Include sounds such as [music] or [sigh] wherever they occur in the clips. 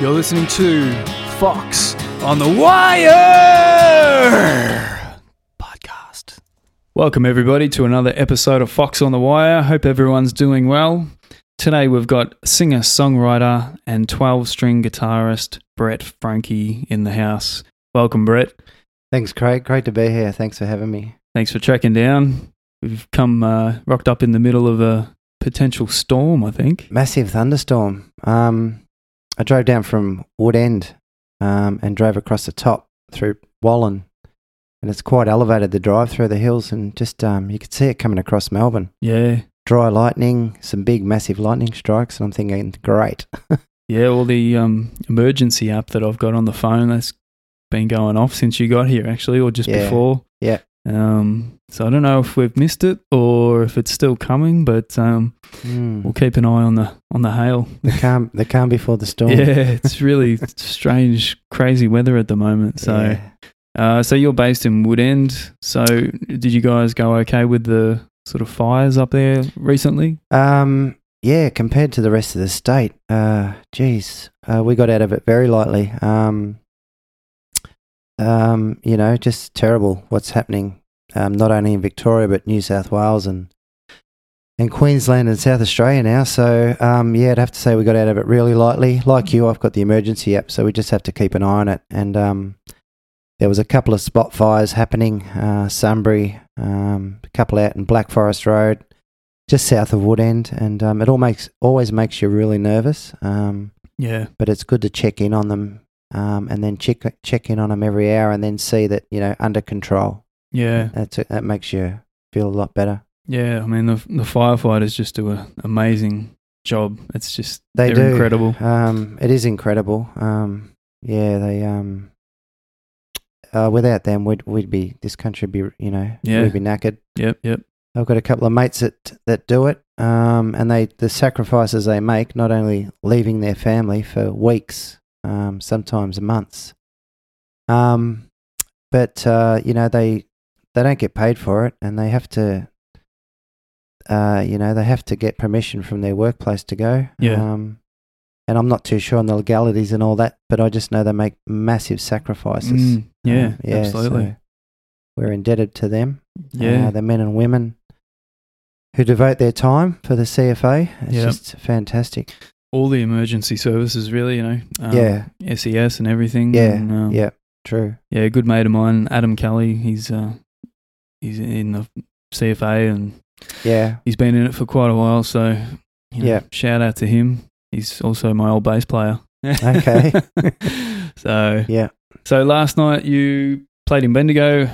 You're listening to Fox on the Wire podcast. Welcome, everybody, to another episode of Fox on the Wire. Hope everyone's doing well. Today, we've got singer, songwriter, and 12 string guitarist Brett Frankie in the house. Welcome, Brett. Thanks, Craig. Great to be here. Thanks for having me. Thanks for tracking down. We've come uh, rocked up in the middle of a potential storm, I think. Massive thunderstorm. Um, I drove down from Wood End um, and drove across the top through Wallen, and it's quite elevated. The drive through the hills, and just um, you could see it coming across Melbourne. Yeah. Dry lightning, some big, massive lightning strikes, and I'm thinking, great. Yeah, well, the um, emergency app that I've got on the phone that's been going off since you got here, actually, or just Yeah, before. yeah. Um, so I don't know if we've missed it or if it's still coming, but um, Mm. we'll keep an eye on the on the hail. [laughs] the calm, the calm before the storm. [laughs] Yeah, it's really strange, crazy weather at the moment. So, Yeah. uh, so you're based in Woodend. So, did you guys go okay with the sort of fires up there recently? Um, yeah, compared to the rest of the state, uh, geez, uh, we got out of it very lightly. Um, um, you know, just terrible what's happening, um, not only in Victoria but New South Wales and and Queensland and South Australia now. So, um, yeah, I'd have to say we got out of it really lightly. Like you, I've got the emergency app, so we just have to keep an eye on it. And um, there was a couple of spot fires happening, uh, Sunbury, um, a couple out in Black Forest Road just south of Woodend, and um, it all makes always makes you really nervous. Um, Yeah, but it's good to check in on them, um, and then check check in on them every hour, and then see that you know under control. yeah, That's it, that makes you feel a lot better. yeah. I mean, the the firefighters just do an amazing job. It's just They are do. incredible. Um, it is incredible. Um, yeah, they um, uh, without them, we'd we'd be this country would be you know Yeah. we'd be knackered. Yep, yep. I've got a couple of mates that that do it, um, and they the sacrifices they make, not only leaving their family for weeks, um, sometimes months, um, but uh, you know they they don't get paid for it, and they have to, uh, you know, they have to get permission from their workplace to go. Yeah. Um, and I'm not too sure on the legalities and all that, but I just know they make massive sacrifices. Mm, yeah, Um, absolutely. so we're indebted to them yeah, uh, the men and women who devote their time for the CFA. It's Yep. just fantastic. all the emergency services, really. You know, um, yeah, SES and everything. Yeah, and, um, yeah, true. yeah. A good mate of mine, Adam Kelly. He's uh, he's in the CFA and Yeah, he's been in it for quite a while. So, you know, Yeah. shout out to him. He's also my old bass player. Okay. [laughs] so yeah, so last night you played in Bendigo.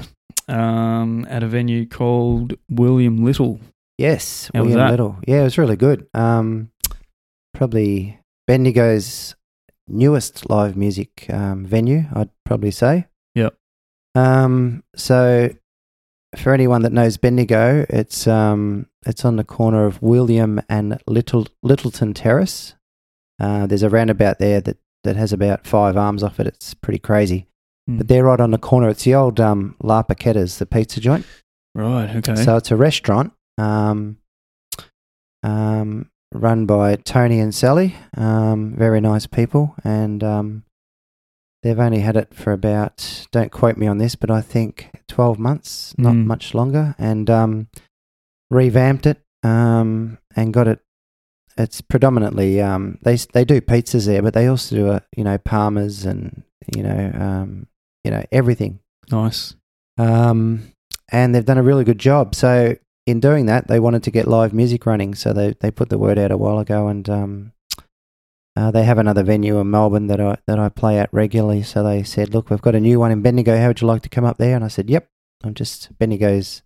Um, at a venue called William Little. yes. How was William that? Little. Yeah, it was really good. Um, probably Bendigo's newest live music um, venue, I'd probably say. Yep. Um, so for anyone that knows Bendigo, it's um, it's on the corner of William and Little Littleton Terrace. Uh, there's a roundabout there that, that has about five arms off it. It's pretty crazy. Hmm. But they're right on the corner. It's the old um, La Paquetta's, the pizza joint. Right. Okay. So it's a restaurant um, um, run by Tony and Sally. Um, very nice people, and um, they've only had it for about don't quote me on this, but I think twelve months, not Mm. much longer, and um, revamped it um, and got it. It's predominantly um, they s- they do pizzas there, but they also do a, you know Palmers and you know um, you know everything nice. um, and they've done a really good job. So in doing that, they wanted to get live music running, so they they put the word out a while ago, and um, uh, they have another venue in Melbourne that I that I play at regularly. So they said, "Look, we've got a new one in Bendigo. How would you like to come up there?" And I said, "Yep, I'm just Bendigo's."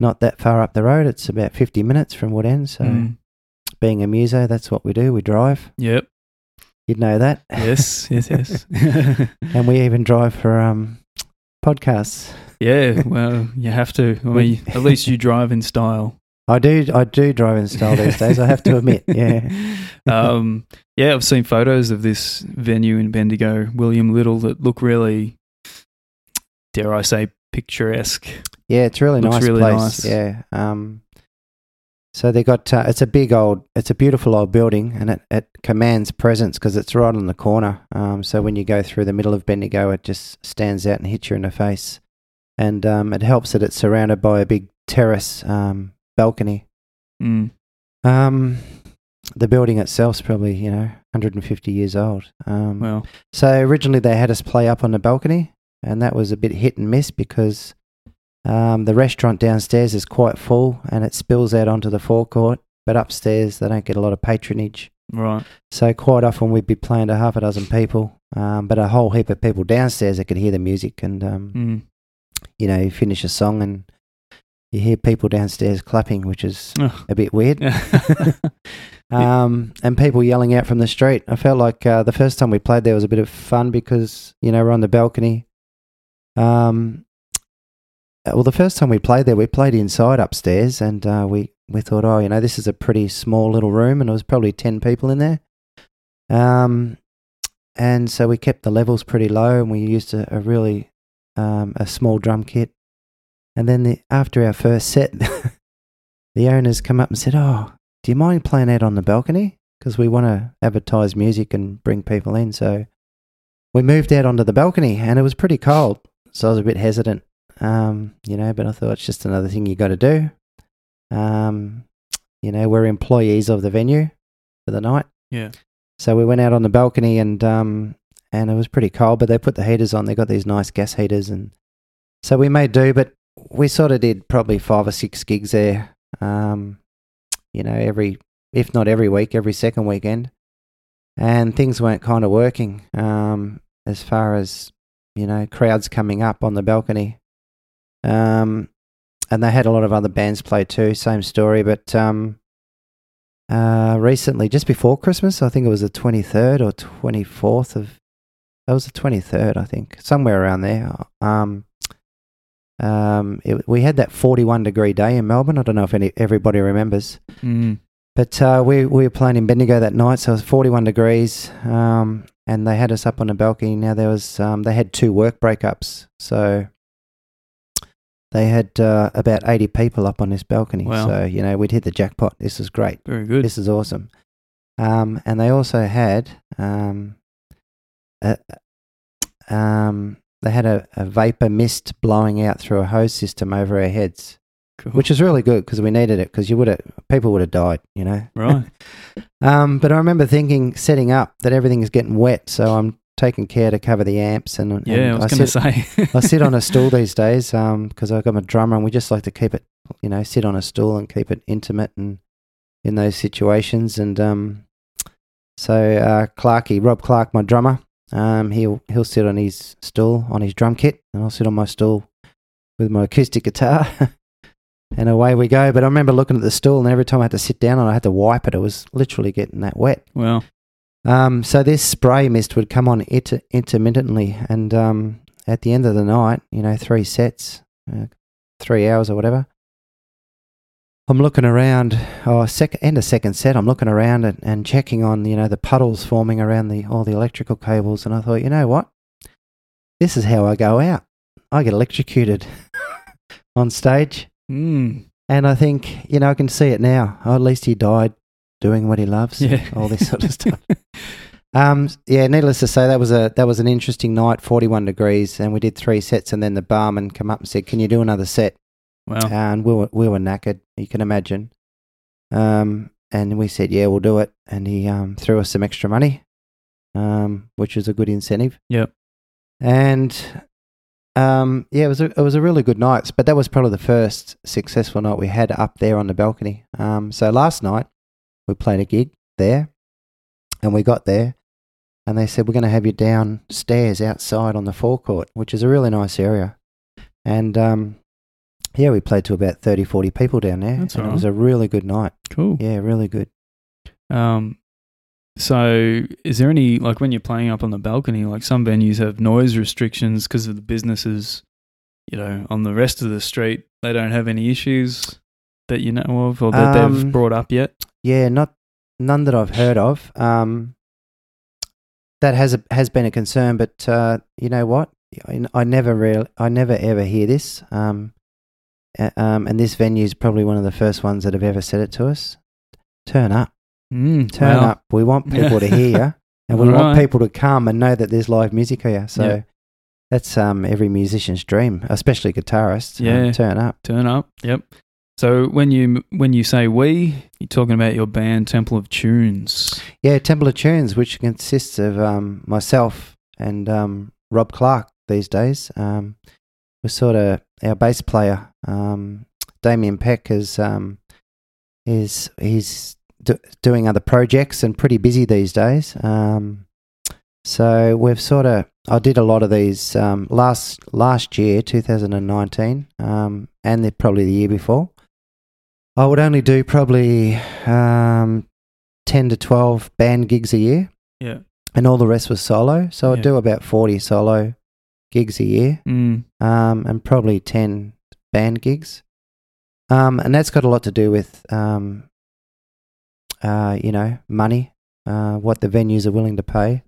Not that far up the road. It's about 50 minutes from Woodend. So, Mm. being a muso, that's what we do. We drive. Yep. You'd know that. Yes. Yes. [laughs] Yes. [laughs] And we even drive for um, podcasts. Yeah, well, you have to. I mean, at least you drive in style. I do. I do drive in style these days. I have to admit. Yeah. Um, yeah, I've seen photos of this venue in Bendigo, William Little, that look really, dare I say, picturesque. Yeah, it's really Looks nice really place. nice. Yeah. Um, So they got uh, it's a big old, it's a beautiful old building, and it, it commands presence because it's right on the corner. Um, so when you go through the middle of Bendigo, it just stands out and hits you in the face. And um, it helps that it's surrounded by a big terrace um, balcony. Mm. Um, the building itself's probably you know 150 years old. Um, Well, so originally they had us play up on the balcony, and that was a bit hit and miss because um, the restaurant downstairs is quite full and it spills out onto the forecourt. But upstairs they don't get a lot of patronage, right. so quite often we'd be playing to half a dozen people, um, but a whole heap of people downstairs that could hear the music. And um, Mm. you know, you finish a song and you hear people downstairs clapping, which is Ugh. a bit weird. Mm. [laughs] Yeah. Um, and people yelling out from the street. I felt like uh, the first time we played there was a bit of fun because you know we're on the balcony. Um, uh, well, the first time we played there, we played inside upstairs, and uh, we we thought, oh, you know, this is a pretty small little room, and there was probably ten people in there. Um, and so we kept the levels pretty low, and we used a, a really um, a small drum kit. And then the, after our first set, [laughs] the owners come up and said, "Oh, do you mind playing out on the balcony? Because we want to advertise music and bring people in. So we moved out onto the balcony and it was pretty cold. So I was a bit hesitant, um, you know, but I thought it's just another thing you got to do. Um, you know, we're employees of the venue for the night. Yeah. So we went out on the balcony and, um, and it was pretty cold, but they put the heaters on. They got these nice gas heaters. And so we made do, but we sort of did probably five or six gigs there. Um, you know, every, if not every week, every second weekend. And things weren't kind of working um, as far as, you know, crowds coming up on the balcony. Um, and they had a lot of other bands play too, same story. But um, uh, recently, just before Christmas, I think it was the 23rd or 24th of, that was the 23rd, I think, somewhere around there. Um, um, it, we had that 41 degree day in Melbourne. I don't know if any, everybody remembers. Mm. But uh, we, we were playing in Bendigo that night, so it was 41 degrees, um, and they had us up on the balcony. Now there was um, they had two work breakups, so they had uh, about 80 people up on this balcony. Wow. So you know we'd hit the jackpot. This is great. Very good. This is awesome. Um, and they also had um, a, um, they had a, a vapor mist blowing out through a hose system over our heads, Cool. which is really good because we needed it because you would have people would have died, you know. right. Um, but I remember thinking, setting up, that everything is getting wet, so I'm taking care to cover the amps. And, and Yeah, I was going to sit, say. [laughs] I sit on a stool these days because I've got my drummer, and we just like to keep it, you know, sit on a stool and keep it intimate and in those situations. And um, so uh, Clarky, Rob Clark, my drummer, um, he'll he'll sit on his stool on his drum kit, and I'll sit on my stool with my acoustic guitar. [laughs] And away we go. But I remember looking at the stool, and every time I had to sit down and I had to wipe it, it was literally getting that wet. well, Um, so this spray mist would come on inter- intermittently, and um, at the end of the night, you know, three sets, uh, three hours or whatever. I'm looking around. Oh, sec- end of second set, I'm looking around and, and checking on you know the puddles forming around the all the electrical cables, and I thought, you know what, this is how I go out. I get electrocuted [laughs] on stage, mm, and I think you know I can see it now. Oh, at least he died doing what he loves. yeah. All this sort [laughs] of stuff. Um, yeah, needless to say, that was a that was an interesting night, forty one degrees, and we did three sets, and then the barman come up and said, "Can you do another set?" Wow. And we were we were knackered, you can imagine. Um, and we said, "Yeah, we'll do it," and he um, threw us some extra money, um, which was a good incentive. Yep. And um, yeah, it was a, it was a really good night, but that was probably the first successful night we had up there on the balcony. Um, so last night we played a gig there, and we got there, and they said we're going to have you downstairs outside on the forecourt, which is a really nice area. And um, yeah, we played to about 30, 40 people down there. That's and all It was a really good night. Cool. Yeah, really good. Um, so is there any like when you're playing up on the balcony? Like some venues have noise restrictions because of the businesses. You know, on the rest of the street, they don't have any issues that you know of or that they've Um, brought up yet. Yeah, not none that I've heard of. Um, that has a, has been a concern, but uh, you know what? I, I never real I never ever hear this. Um, Uh, Um, and this venue is probably one of the first ones that have ever said it to us. Turn up, Mm, turn wow. up. [laughs] We want Yeah. people to hear you, and we All want right. people to come and know that there's live music here. So Yeah. that's um, every musician's dream, especially guitarists. Um, Yeah. turn up. Turn up. Yep. So when you when you say we, you're talking about your band Temple of Tunes. Yeah, Temple of Tunes, which consists of um, myself and um, Rob Clark these days. Um, we're sort of our bass player, um, Damien Peck, is um, is he's do- doing other projects and pretty busy these days. Um, so we've sort of I did a lot of these um, last last year, 2019, um, and the, probably the year before. I would only do probably um, 10 to 12 band gigs a year Yeah. and all the rest was solo so i Yeah. do about 40 solo gigs a year Mm. um, and probably 10 band gigs um, and that's got a lot to do with um, uh, you know money uh, what the venues are willing to pay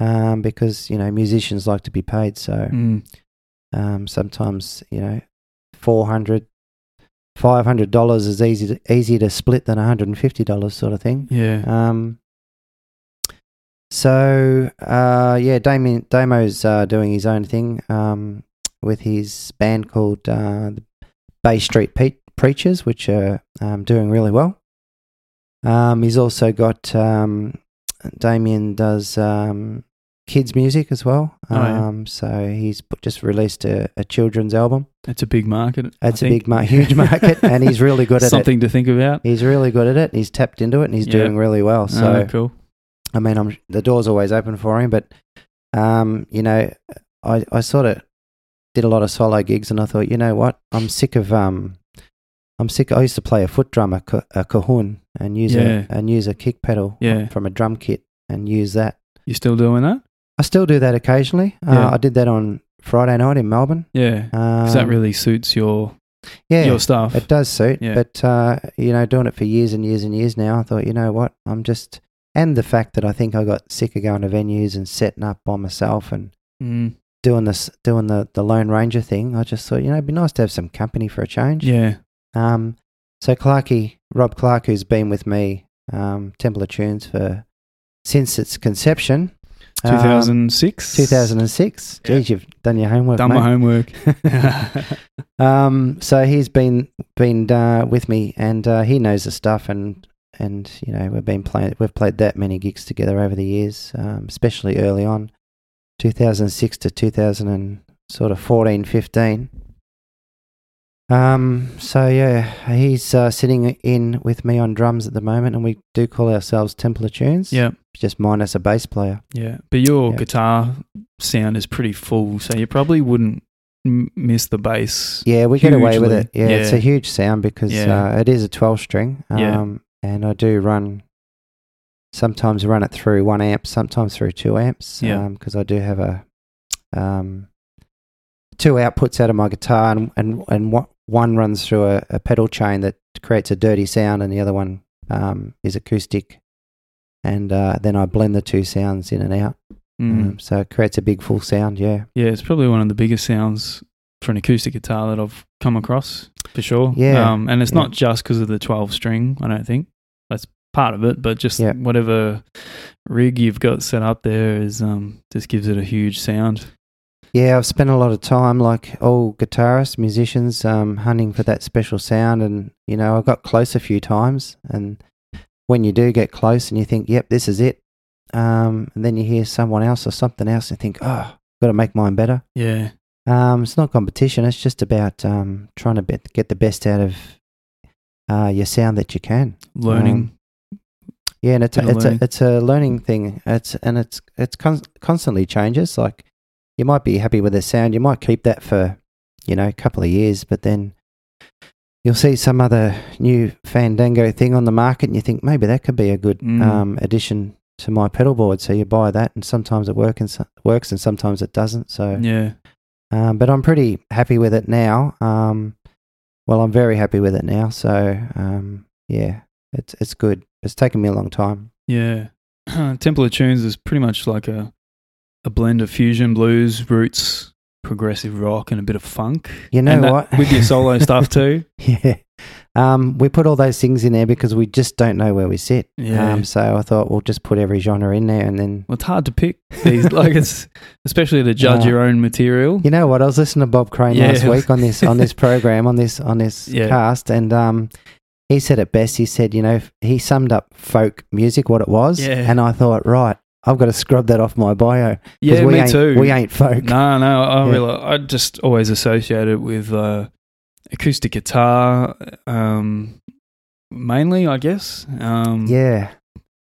um, because you know musicians like to be paid so Mm. um, sometimes you know 400 500 dollars is easy to, easier to split than 150 dollars sort of thing Yeah. um, so uh, yeah, Damien Damo's uh, doing his own thing um, with his band called uh, the Bay Street Pe- Preachers, which are um, doing really well. Um, he's also got um, Damien does um, kids music as well. Oh, yeah. Um, So he's put, just released a, a children's album. That's a big market. I It's a think. big, mar- huge market, [laughs] and he's really good at Something to think about. it. He's really good at it. and He's tapped into it, and he's Yeah. doing really well. So. oh, cool. I mean, I'm the door's always open for him, but um, you know, I I sort of did a lot of solo gigs, and I thought, you know what, I'm sick of um, I'm sick. I used to play a foot drum, a, ca- a cajon, and use Yeah. a and use a kick pedal Yeah. from a drum kit, and use that. You still doing that? I still do that occasionally. Uh, Yeah. I did that on Friday night in Melbourne. Yeah. Um, 'Cause that really suits your yeah, your stuff. it does suit, Yeah. but uh, you know, doing it for years and years and years now, I thought, you know what, I'm just, and the fact that I think I got sick of going to venues and setting up by myself and Mm. doing this, doing the the Lone Ranger thing, I just thought, you know, it'd be nice to have some company for a change. Yeah. Um, so Clarkey, Rob Clark, who's been with me, um, Temple of Tunes for since its conception, um, 2006. 2006. Yeah. Geez, you've done your homework. Done my mate. [laughs] homework. [laughs] Um, so he's been been uh, with me, and uh, he knows the stuff, and and you know we've been playing, we've played that many gigs together over the years, um, especially early on, 2006 to 2000 and sort of 14, 15. Um, so yeah, he's uh, sitting in with me on drums at the moment, and we do call ourselves Templar Tunes. yeah. just minus a bass player. Yeah, but your Yeah. guitar sound is pretty full, so you probably wouldn't m- miss the bass. Yeah, we get away with Hugely. it. Yeah, it's Yeah. a huge sound because Yeah. uh, it is a 12 string. Um, Yeah. And I do run, sometimes run it through one amp, sometimes through two amps. Yeah. Because I do have a um, two outputs out of my guitar and, and, and what, one runs through a, a pedal chain that creates a dirty sound and the other one um, is acoustic. And uh, then I blend the two sounds in and out. Mm. Um, so it creates a big full sound. Yeah. Yeah, it's probably one of the biggest sounds for an acoustic guitar that I've come across for sure. Yeah. um, and it's Yeah. not just because of the twelve string. I don't think that's part of it, but just Yeah. whatever rig you've got set up there is um just gives it a huge sound. Yeah, I've spent a lot of time, like all guitarists, musicians, um, hunting for that special sound. And, you know, I got close a few times. And when you do get close and you think, yep, this is it. Um, and then you hear someone else or something else and think, oh, got to make mine better. Yeah, Um, it's not competition. It's just about um, trying to bet get the best out of uh, your sound that you can. learning. Yeah, and it's Bit a, of it's a learning. it's a learning thing. It's and it's it's con- constantly changes. Like you might be happy with the sound, you might keep that for you know a couple of years, but then you'll see some other new fandango thing on the market, and you think maybe that could be a good Mm. um, addition to my pedal board. So you buy that, and sometimes it work and so- works, and sometimes it doesn't. So yeah, um, but I'm pretty happy with it now. Um, well, I'm very happy with it now. So um, yeah, it's it's good. It's taken me a long time. yeah. [clears throat] Temple of Tunes is pretty much like a a blend of fusion blues, roots, progressive rock and a bit of funk. You know And that- what? With your [laughs] solo stuff too. yeah. Um, we put all those things in there because we just don't know where we sit. Yeah. Um, so I thought we'll just put every genre in there and then. Well, it's hard to pick [laughs] [laughs] these. like it's especially to judge Yeah. your own material. You know what? I was listening to Bob Crane last Yeah. week on this [laughs] on this program on this on this Yeah. cast, and um, he said it best. He said, you know, f- he summed up folk music what it was, Yeah. and I thought, right, I've got to scrub that off my bio. 'cause Yeah, we me ain't, too. We ain't folk. No, no, I Yeah. really, I just always associate it with uh, acoustic guitar, um, mainly, I guess. Um, Yeah,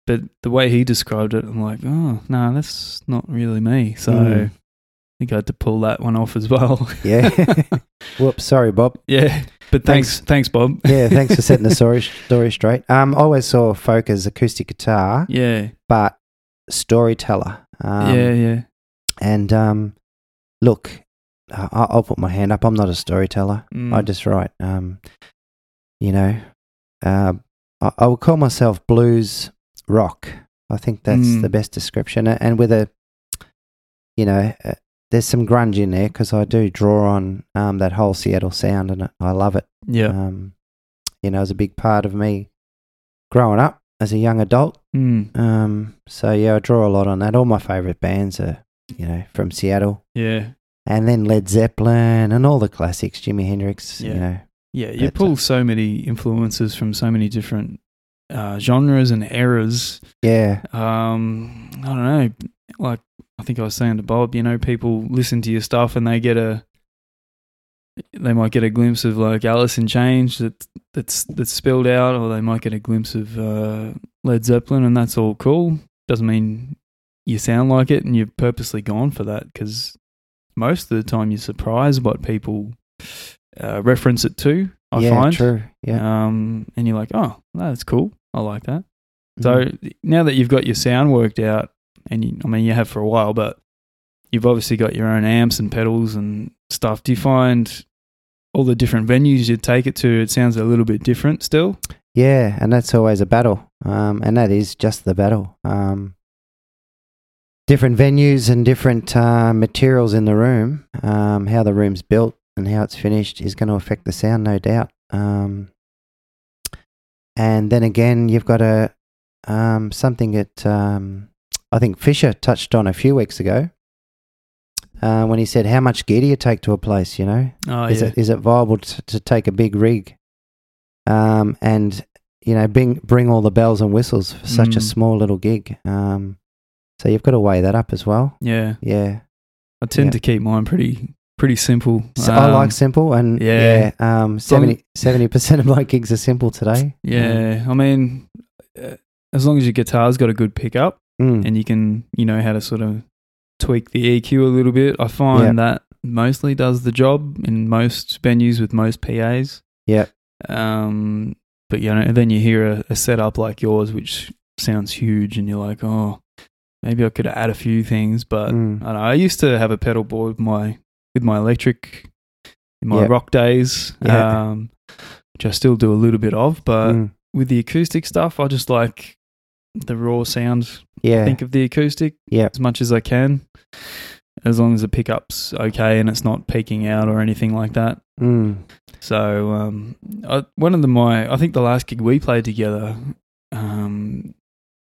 But the way he described it, I'm like, oh, no, that's not really me. So Mm. I think I had to pull that one off as well. [laughs] yeah. [laughs] Whoops, sorry, Bob. yeah. But thanks, thanks, Bob. Yeah, thanks for [laughs] setting the story, story straight. Um, I always saw folk as acoustic guitar, Yeah, but storyteller. Um, yeah, yeah. And um, look, I- I- I'll put my hand up. I'm not a storyteller. Mm. I just write. Um, you know, uh, I, I would call myself blues rock. I think that's Mm. the best description. A- And with a, you know, uh, there's some grunge in there because I do draw on um, that whole Seattle sound, and I- I love it yeah. um, you know, it was a big part of me growing up as a young adult. Mm. Um, so yeah, I draw a lot on that. All my favorite bands are, you know, from Seattle, Yeah. and then Led Zeppelin and all the classics, Jimi Hendrix. You Yeah. know, Yeah. You That's pull so many influences from so many different uh, genres and eras. yeah, um, I don't know, like I think I was saying to Bob, you know, people listen to your stuff and they get a, they might get a glimpse of like Alice in Change that that's that's spilled out, or they might get a glimpse of uh, Led Zeppelin, and that's all cool. Doesn't mean you sound like it, and you've purposely gone for that because most of the time you're surprised what people uh, reference it to. I yeah, find, true, yeah. um, and you're like, oh, that's cool. I like that. So Mhm. now that you've got your sound worked out, and you, I mean you have for a while, but you've obviously got your own amps and pedals and stuff. Do you find all the different venues you take it to? It sounds a little bit different still. yeah, and that's always a battle, um, and that is just the battle. Um, different venues and different uh, materials in the room, um, how the room's built and how it's finished is going to affect the sound, no doubt. Um, and then again, you've got a um, something that um, I think Fisher touched on a few weeks ago uh, when he said, "How much gear do you take to a place?" You know, Oh is it is it viable to, to take a big rig um, and you know bring bring all the bells and whistles for such a Mm. small little gig um, so you've got to weigh that up as well yeah. yeah I tend Yeah. to keep mine pretty pretty simple. so i Um, like simple and yeah. yeah, um, 70 percent of my gigs are simple today Yeah, I mean, uh, as long as your guitar's got a good pickup, Mm. and you can you know how to sort of tweak the EQ a little bit. I find that mostly does the job in most venues with most PAs. Yep. Um, but you know, then you hear a, a setup like yours, which sounds huge, and you're like, oh, maybe I could add a few things. But I, Mm. don't know, I used to have a pedal board with my with my electric in my Yep. rock days, Yeah. um, which I still do a little bit of. But Mm. with the acoustic stuff, I just like the raw sound yeah think of the acoustic Yeah. as much as I can, as long as the pickup's okay and it's not peaking out or anything like that. Mm. So um, I, one of the my I think the last gig we played together, um,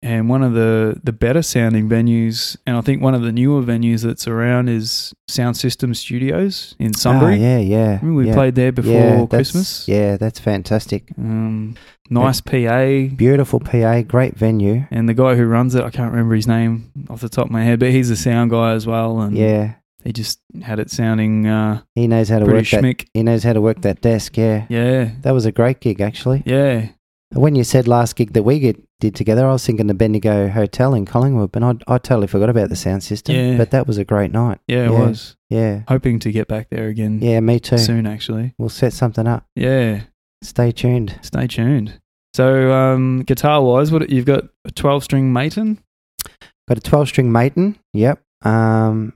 and one of the the better sounding venues, and I think one of the newer venues that's around is Sound System Studios in Sunbury. Ah, yeah yeah Remember we yeah. played there before Yeah, that's- Christmas. yeah that's fantastic Um, nice PA. beautiful pa great venue And the guy who runs it, I can't remember his name off the top of my head, but he's a sound guy as well. And yeah He just had it sounding uh, he knows how to pretty work that schmick. he knows how to work that desk yeah Yeah, that was a great gig actually yeah. When you said last gig that we get, did together, I was thinking the Bendigo Hotel in Collingwood, and I, I totally forgot about the sound system. Yeah. But that was a great night. Yeah, Yeah. it was. Yeah. Hoping to get back there again Yeah, me too. soon, actually. We'll set something up. Yeah, Stay tuned. stay tuned. So, um, guitar wise, what you've got a 12 string Maton? Got a 12 string Maton. Yep. Um,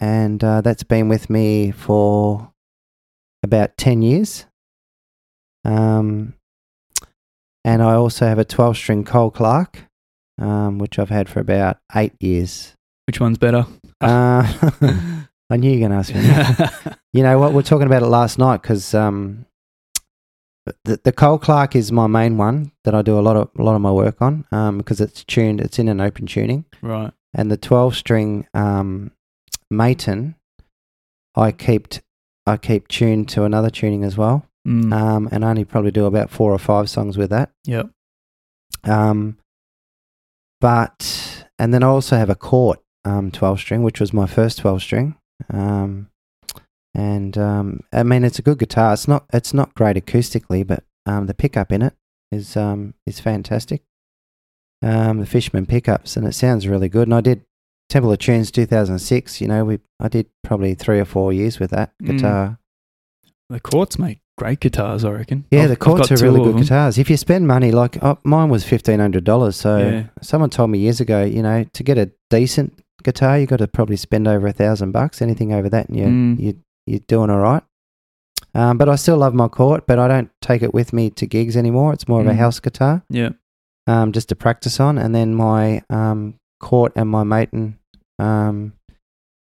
and uh, that's been with me for about 10 years. Um, and I also have a 12 string Cole Clark, um, which I've had for about eight years. [laughs] Which one's better? Uh, [laughs] I knew you were going to ask me. that. you know what? We're talking about it last night because um, the the Cole Clark is my main one that I do a lot of a lot of my work on because it's tuned. It's in an open tuning, [laughs] right. and the twelve string um, Maton, I kept I keep tuned to another tuning as well, Mm. um, and I only probably do about four or five songs with that. yep. Um, but and then I also have a court um, twelve string, which was my first twelve string. Um, and um, I mean, it's a good guitar. It's not it's not great acoustically, but um, the pickup in it is um, is fantastic. Um, the Fishman pickups, and it sounds really good. And I did Temple of Tunes 2006. You know, we I did probably three or four years with that Mm. guitar. The Quartz make great guitars, I reckon. Yeah, I've- the I've got quartz are two really of good them. guitars. If you spend money, like uh, mine was fifteen hundred dollars. So Yeah. someone told me years ago, you know, to get a decent guitar, you got to probably spend over a thousand bucks. Anything over that, and you Mm. you you're doing all right. Um, but I still love my court, but I don't take it with me to gigs anymore. It's more of a Mm. house guitar, Yeah. um, just to practice on. And then my um, court and my maten, um,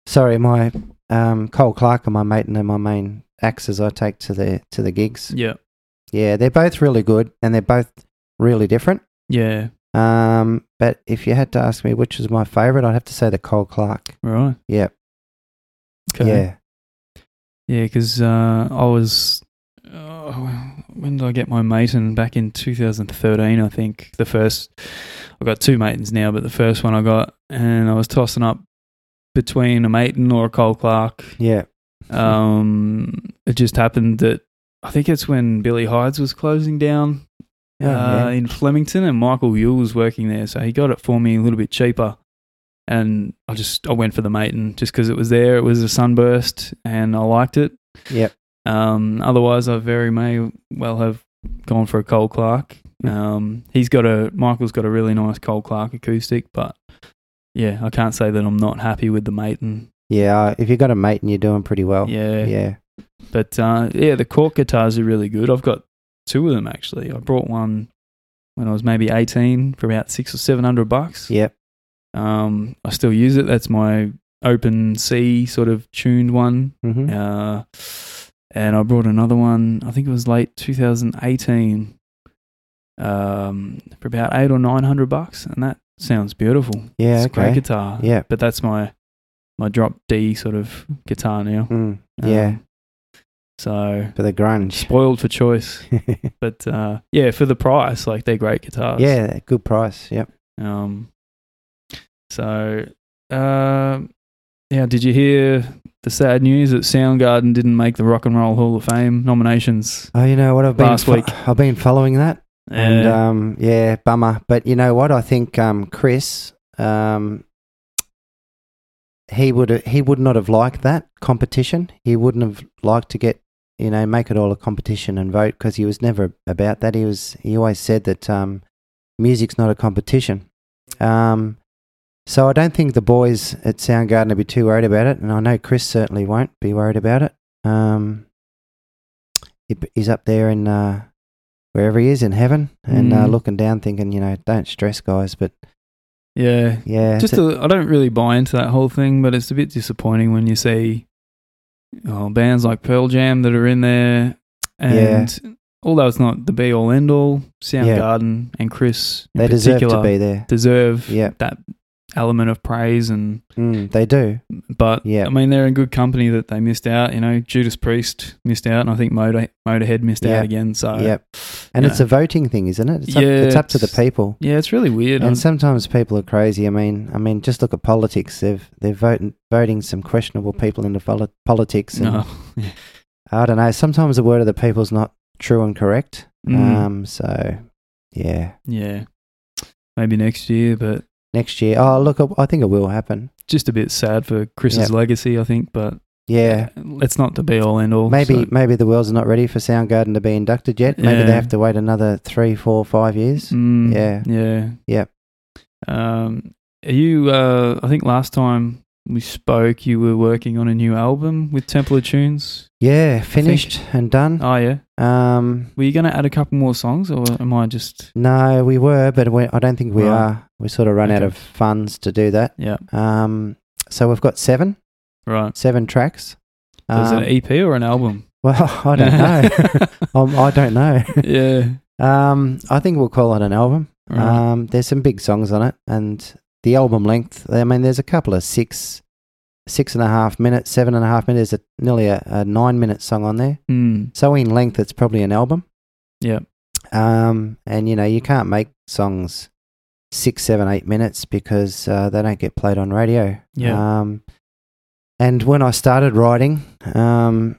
sorry, my um, Cole Clark and my maten and my main axes I take to the to the gigs. Yeah. Yeah, they're both really good and they're both really different. Yeah. Um, but if you had to ask me which is my favorite, I'd have to say the Cole Clark. Right. Yeah. Okay. Yeah. Yeah, because uh, I was. Uh, when did I get my Maton? Back in 2013, I think. The first. I've got two Matons now, but the first one I got, and I was tossing up between a Maton or a Cole Clark. Yeah. Um, it just happened that. I think it's when Billy Hides was closing down Oh, uh, in Flemington, and Michael Yule was working there, so he got it for me a little bit cheaper. And I just I went for the Maton just because it was there. It was a sunburst, and I liked it. Yep. Um, otherwise, I very may well have gone for a Cole Clark. Um, he's got a Michael's got a really nice Cole Clark acoustic, but yeah, I can't say that I'm not happy with the Maton. yeah. uh, If you got a mate and you're doing pretty well. yeah, Yeah. but uh, yeah, the cork guitars are really good. I've got two of them actually. I brought one when I was maybe 18 for about six or seven hundred bucks. Yep. Um, I still use it. That's my open C sort of tuned one. Mm-hmm. Uh, and I brought another one. I think it was late 2018, um, for about eight or nine hundred bucks, and that sounds beautiful. Yeah. it's a great Okay. guitar. Yeah. but that's my my drop D sort of guitar now. Mm. Yeah. Um, so For the grunge. [laughs] spoiled for choice, but uh, yeah, for the price, like they're great guitars. yeah. Good price. Yep. Um. So, um, yeah. Did you hear the sad news that Soundgarden didn't make the Rock and Roll Hall of Fame nominations? Oh, you know what? I've been Last fo- week. I've been following that. And Uh, um, yeah, bummer. But you know what? I think um, Chris, um, he would he would not have liked that competition. He wouldn't have liked to get you know make it all a competition and vote because he was never about that. He was he always said that um, music's not a competition. Um, so I don't think the boys at Soundgarden will be too worried about it, and I know Chris certainly won't be worried about it. Um, he- he's up there in uh, wherever he is in heaven and uh, Mm. looking down, thinking, you know, don't stress, guys. But yeah. yeah, Just it's a, I don't really buy into that whole thing, but it's a bit disappointing when you see oh, bands like Pearl Jam that are in there, and although it's not the be all end all, Soundgarden and Chris in they deserve particular to be there. deserve Yeah, that element of praise and mm, they do. But Yeah. I mean, they're in good company that they missed out. You know, Judas Priest missed out, and I think Motor, Motorhead missed Yeah. out again. So Yep. And you it's know. a voting thing, isn't it? It's up, Uh, Yeah, it's up to the it's- people. yeah, it's really weird. And And sometimes people are crazy. I mean, I mean, just look at politics. They've they're voting voting some questionable people into poli- politics. And no, I don't know. Sometimes the word of the people's not true and correct. Mm. Um, so yeah, yeah, maybe next year, but next year. Oh, look, I- I think it will happen. just a bit sad for Chris's legacy, I think. But Yeah, it's not the be all end all. maybe so- maybe the world's not ready for Soundgarden to be inducted yet. Maybe they Yeah. have to wait another three, four, five years. Mm, Yeah. yeah, Yep. Um, are you? Uh, I think last time we spoke, you were working on a new album with Temple of [laughs] Tunes. Yeah, finished and done. Oh yeah, Um, were you going to add a couple more songs, or am I just No, we were, but we, I don't think we Right. are. We sort of run out Okay. of funds to do that. yeah? Um, so we've got seven Right. seven tracks. Is it Um, an EP or an album? [laughs] well, [laughs] I don't know. um, I don't know. yeah. Um, I think we'll call it an album. Right. Um, there's some big songs on it, and the album length. I mean, there's a couple of six, six and a half minutes, seven and a half minutes. There's a, nearly a, a nine minute song on there. Hmm. So in length, it's probably an album. Yeah. Um, and you know, you can't make songs six, seven, eight minutes because uh, they don't get played on radio. Yeah. Um, and when I started writing um,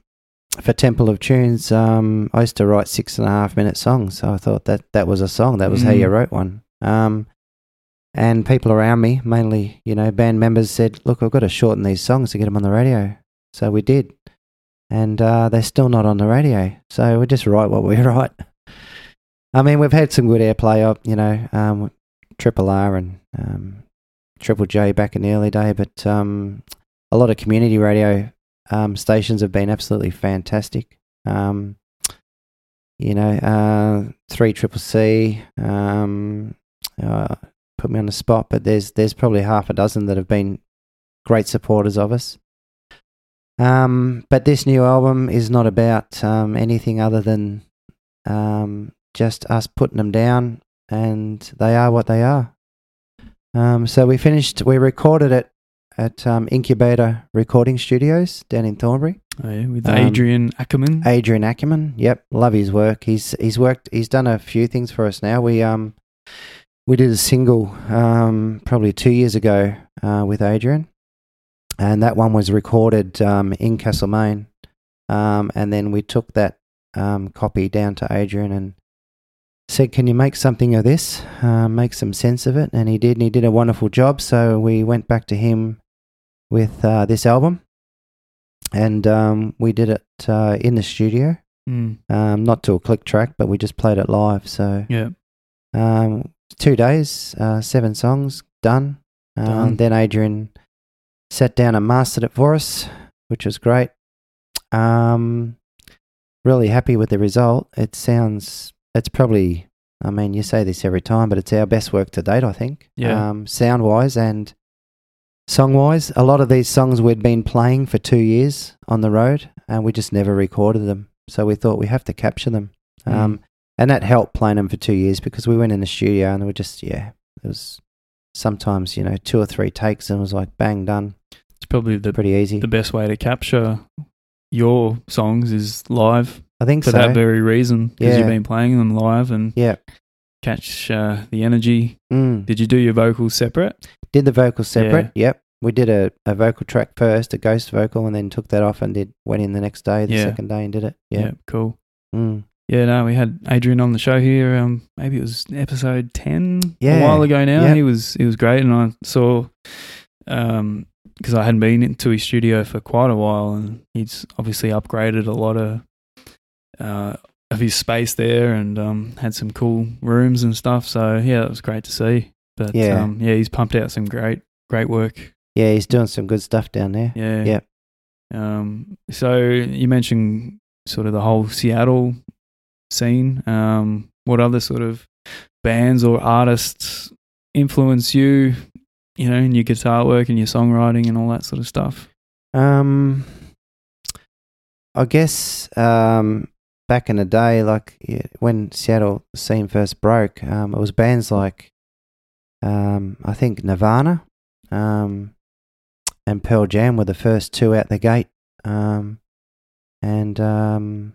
for Temple of Tunes, um, I used to write six and a half minute songs. So I thought that that was a song. That was how you Mm. wrote one. Um, and people around me, mainly you know band members, said, "Look, I've got to shorten these songs to get them on the radio." So we did, and uh, they're still not on the radio. So we just write what we [laughs] write. I mean, we've had some good airplay up, you know, um, Triple R and um, Triple J back in the early day, but um, a lot of community radio um, stations have been absolutely fantastic. Um, you know, uh, three Triple C um, uh, put me on the spot, but there's there's probably half a dozen that have been great supporters of us. Um, but this new album is not about um, anything other than um, just us putting them down, and they are what they are. Um, so we finished. We recorded it at um, Incubator Recording Studios down in Thornbury. Oh, yeah, with Um, Adrian Ackerman. Adrian Ackerman. Yep, love his work. He's he's worked. He's done a few things for us now. We um we did a single um probably two years ago uh, with Adrian, and that one was recorded um, in Castlemaine, um and then we took that um copy down to Adrian and said, "Can you make something of this? Uh, make some sense of it?" And he did, and he did a wonderful job. So we went back to him with uh, this album. And um, we did it uh, in the studio Mm. um, not to a click track, but we just played it live. So Yeah. um, two days, uh, seven songs done. Um, Done. Then Adrian sat down and mastered it for us, which was great. Um, really happy with the result. It sounds. It's probably. I mean, you say this every time, but it's our best work to date. I think. Yeah. Um, sound wise and song wise, a lot of these songs we'd been playing for two years on the road, and we just never recorded them. So we thought we have to capture them. Mm. Um, and that helped playing them for two years because we went in the studio and we just yeah it was sometimes you know two or three takes and it was like bang done It's probably the pretty easy the best way to capture your songs is live i think for so that very reason because Yeah. you've been playing them live and Yeah. catch uh, the energy. Mm. Did you do your vocals separate? did the vocals separate yep we did a, a vocal track first a ghost vocal and then took that off and did went in the next day the Yeah. second day and did it yeah, cool. Mm. Yeah, no, we had Adrian on the show here. Um, maybe it was episode ten a Yeah. while ago now. Yep. He was he was great, and I saw um because I hadn't been into his studio for quite a while, and he's obviously upgraded a lot of uh of his space there, and um had some cool rooms and stuff. So yeah, it was great to see. But Yeah. um, yeah, he's pumped out some great great work. yeah he's doing some good stuff down there Yeah. Yep. Um, so you mentioned sort of the whole Seattle scene. Um, what other sort of bands or artists influence you? You know, in your guitar work and your songwriting and all that sort of stuff. Um, I guess um, back in the day, like yeah, when Seattle scene first broke, um, it was bands like um, I think Nirvana um, and Pearl Jam were the first two out the gate, um, and um,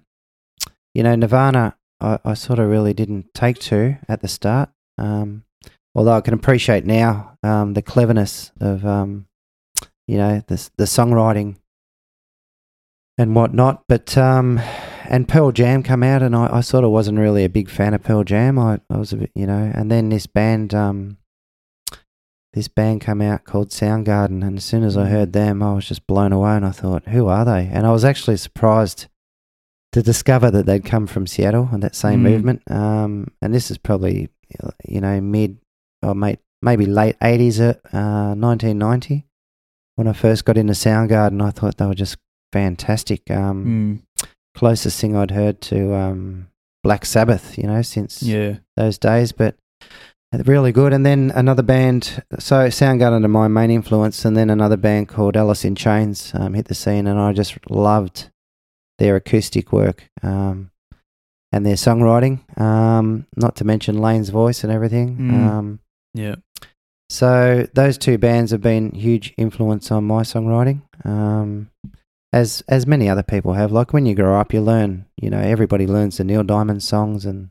you know Nirvana, I, I sort of really didn't take to at the start. Um, although I can appreciate now um, the cleverness of um, you know the the songwriting and whatnot. But um, and Pearl Jam come out, and I, I sort of wasn't really a big fan of Pearl Jam. I, I was a bit, you know. And then this band, um, this band come out called Soundgarden, and as soon as I heard them, I was just blown away, and I thought, who are they? And I was actually surprised. To discover that they'd come from Seattle and that same Mm. movement, um, and this is probably you know mid or mate, maybe late eighties, uh, nineteen ninety, when I first got into Soundgarden. I thought they were just fantastic. Um, Mm. Closest thing I'd heard to um, Black Sabbath, you know, since Yeah. those days. But Really good. And then another band, so Soundgarden are my main influence, and then another band called Alice in Chains um, hit the scene, and I just loved their acoustic work um, and their songwriting, um, not to mention Lane's voice and everything. Mm. Um, Yeah. so those two bands have been huge influence on my songwriting, um, as as many other people have. Like when you grow up, you learn. You know, everybody learns the Neil Diamond songs, and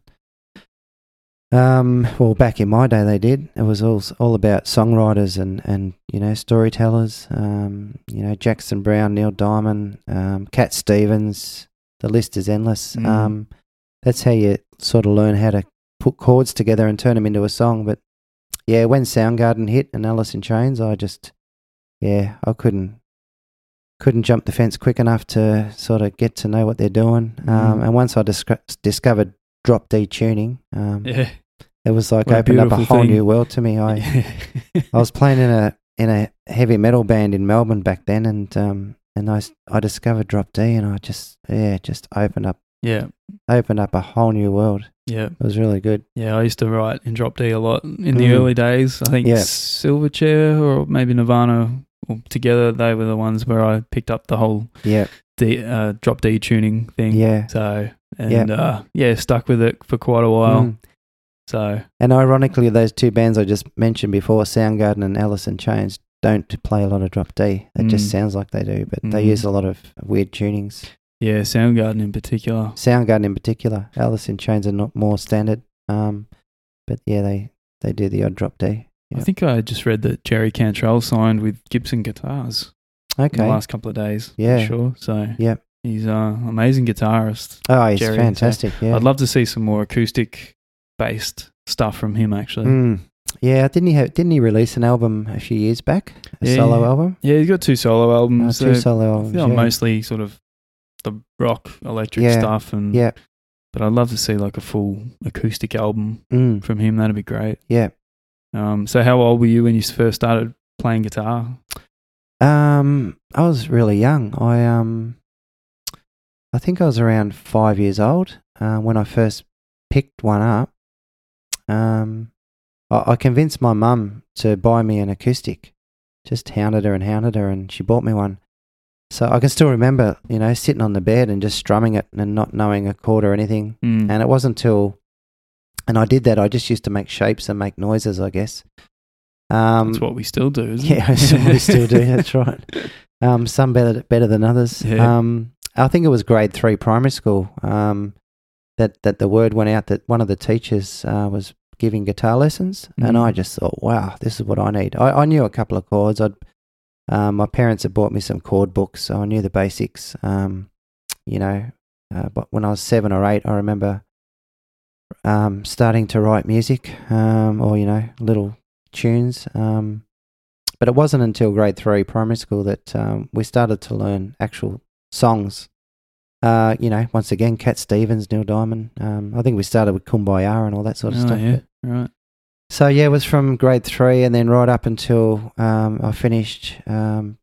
um, well, back in my day, they did. It was all all about songwriters and and you know storytellers. Um, you know, Jackson Brown, Neil Diamond, um, Cat Stevens. The list is endless. Mm. Um, that's how you sort of learn how to put chords together and turn them into a song, but yeah, when Soundgarden hit and Alice in Chains, I just yeah, I couldn't couldn't jump the fence quick enough to sort of get to know what they're doing. Um, Mm. and once I disco- discovered drop D tuning, um, Yeah. it was like What a opened up a beautiful whole thing. new world to [laughs] me. I I was playing in a in a heavy metal band in Melbourne back then, and um, and I s- I discovered drop D, and I just yeah, it just opened up yeah. opened up a whole new world. Yeah. It was really good. Yeah, I used to write in Drop D a lot in the Mm. early days. I think Yeah. Silverchair or maybe Nirvana or together, they were the ones where I picked up the whole Yeah, D, uh, Drop D tuning thing. yeah. So, and uh, yeah, stuck with it for quite a while. Mm. So, And ironically, those two bands I just mentioned before, Soundgarden and Alice in Chains, don't play a lot of drop D. It Mm. just sounds like they do, but they Mm. use a lot of weird tunings. yeah, Soundgarden in particular. Soundgarden in particular, Alice in Chains are not more standard. Um, but yeah, they, they do the odd drop D. I Yeah. think I just read that Jerry Cantrell signed with Gibson Guitars in Okay. the last couple of days. for Yeah. sure. So, Yeah. he's an amazing guitarist. oh, he's Jerry, so fantastic. Yeah. I'd love to see some more acoustic based stuff from him, actually. Mm. Yeah, didn't he have, didn't he release an album a few years back? A Yeah. solo album? Yeah, he's got two solo Uh, albums. two uh, solo albums. they're yeah. mostly sort of the rock electric Yeah. stuff and Yeah. but I'd love to see like a full acoustic album Mm. from him. That'd be great. Yeah. Um, so how old were you when you first started playing guitar? Um, I was really young. I um, I think I was around five years old uh, when I first picked one up. Um, I, I convinced my mum to buy me an acoustic. Just hounded her and hounded her, and she bought me one. So I can still remember, you know, sitting on the bed and just strumming it and not knowing a chord or anything. Mm. And it wasn't until, and I did that. I just used to make shapes and make noises, I guess. Um, That's what we still do, isn't yeah, [laughs] it? we [laughs] still do. That's right. Um, some better better than others. Yeah. Um, I think it was grade three primary school. Um, that that the word went out that one of the teachers uh, was giving guitar lessons, and Mhm. I just thought, wow, this is what I need. I, I knew a couple of chords. I'd um, my parents had bought me some chord books, so I knew the basics. Um, you know, uh, but when I was seven or eight, I remember um, starting to write music, um, or you know, little tunes. Um, but it wasn't until grade three primary school that um, we started to learn actual songs. Uh, you know, once again, Cat Stevens, Neil Diamond. Um, I think we started with Kumbaya and all that sort of Oh, stuff. yeah. but- Right. so yeah, it was from grade three, and then right up until um, I finished um,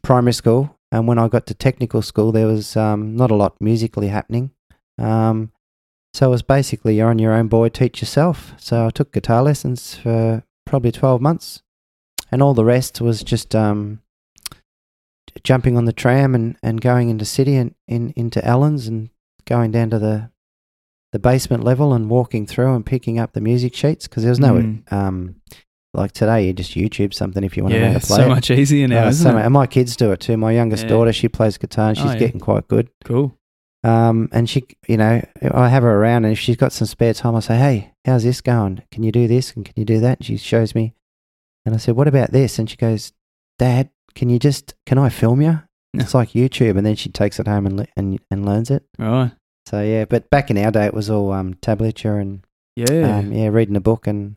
primary school. And when I got to technical school, there was um, not a lot musically happening. Um, so it was basically you're on your own, boy, teach yourself. So I took guitar lessons for probably twelve months, and all the rest was just um, j- jumping on the tram and, and going into city and in, into Allen's and going down to the the basement level and walking through and picking up the music sheets because there was no Mm. um, like today you just YouTube something if you want to know Yeah, how to it's play so it. much easier now, Oh, isn't so it? much- And my kids do it too. My youngest Yeah. daughter, she plays guitar and Oh, she's yeah. getting quite good. Cool. Um, and she, you know, I have her around, and if she's got some spare time, I say, "Hey, how's this going? Can you do this and can you do that?" And she shows me, and I said, "What about this?" And she goes, "Dad, can you just can I film you?" Yeah. It's like YouTube, and then she takes it home and le- and and learns it. Right. So yeah, but back in our day, it was all um, tablature and Yeah. um, yeah, reading a book and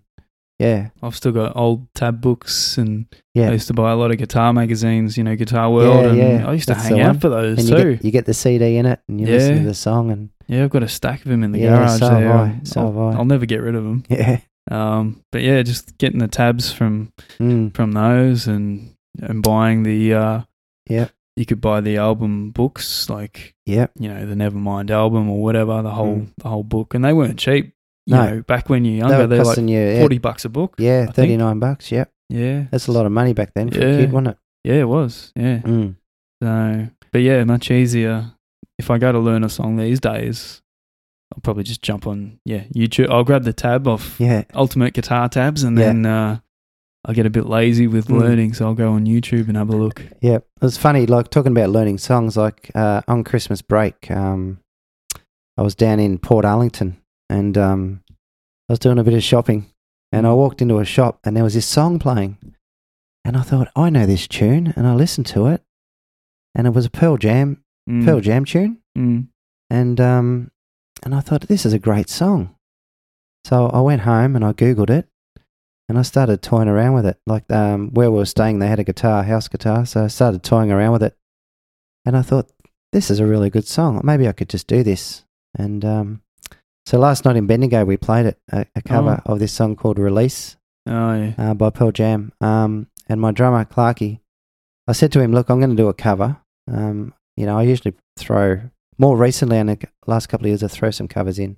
yeah, I've still got old tab books and I yeah. used to buy a lot of guitar magazines, you know, Guitar World, Yeah, and yeah, I used to that's hang the out one. for those And you too. get, you get the CD in it, and you listen Yeah. to the song, and yeah, I've got a stack of them in the Yeah, garage so have there. I, so I'll, have I. I'll never get rid of them. yeah, Um, but yeah, just getting the tabs from mm, from those and and buying the uh, Yeah. you could buy the album books like yeah, you know the Nevermind album or whatever the whole the whole book, and they weren't cheap. you Mm. No. know, back when you're They younger, were they're costing like you, yeah, forty bucks a book. yeah, think. thirty nine bucks. Yep, Yeah, that's a lot of money back then for Yeah. Hmm. a kid, wasn't yeah, it was. Yeah, it? Mm. so but yeah, much easier. If I go to learn a song these days, I'll probably just jump on yeah YouTube. I'll grab the tab off Yeah, Ultimate Guitar tabs, and Yeah. then uh, I get a bit lazy with Mm. learning, so I'll go on YouTube and have a look. yeah. It was funny, like talking about learning songs. Like uh, on Christmas break, um, I was down in Port Arlington and um, I was doing a bit of shopping, and Hmm. I walked into a shop and there was this song playing, and I thought I know this tune, and I listened to it, and it was a Pearl Jam Mm, Pearl Jam tune. mm, and um, and I thought this is a great song. So I went home and I googled it, and I started toying around with it. Like um, where we were staying, they had a guitar, house guitar, so I started toying around with it, and I thought this is a really good song. Maybe I could just do this. And um, so last night in Bendigo, we played it a, a cover of this song called "Release" Oh yeah. uh, by Pearl Jam. Um, and my drummer, Clarky, I said to him, Look, I'm going to do a cover. Um, you know, I usually throw, more recently, in the c- last couple of years, I throw some covers in.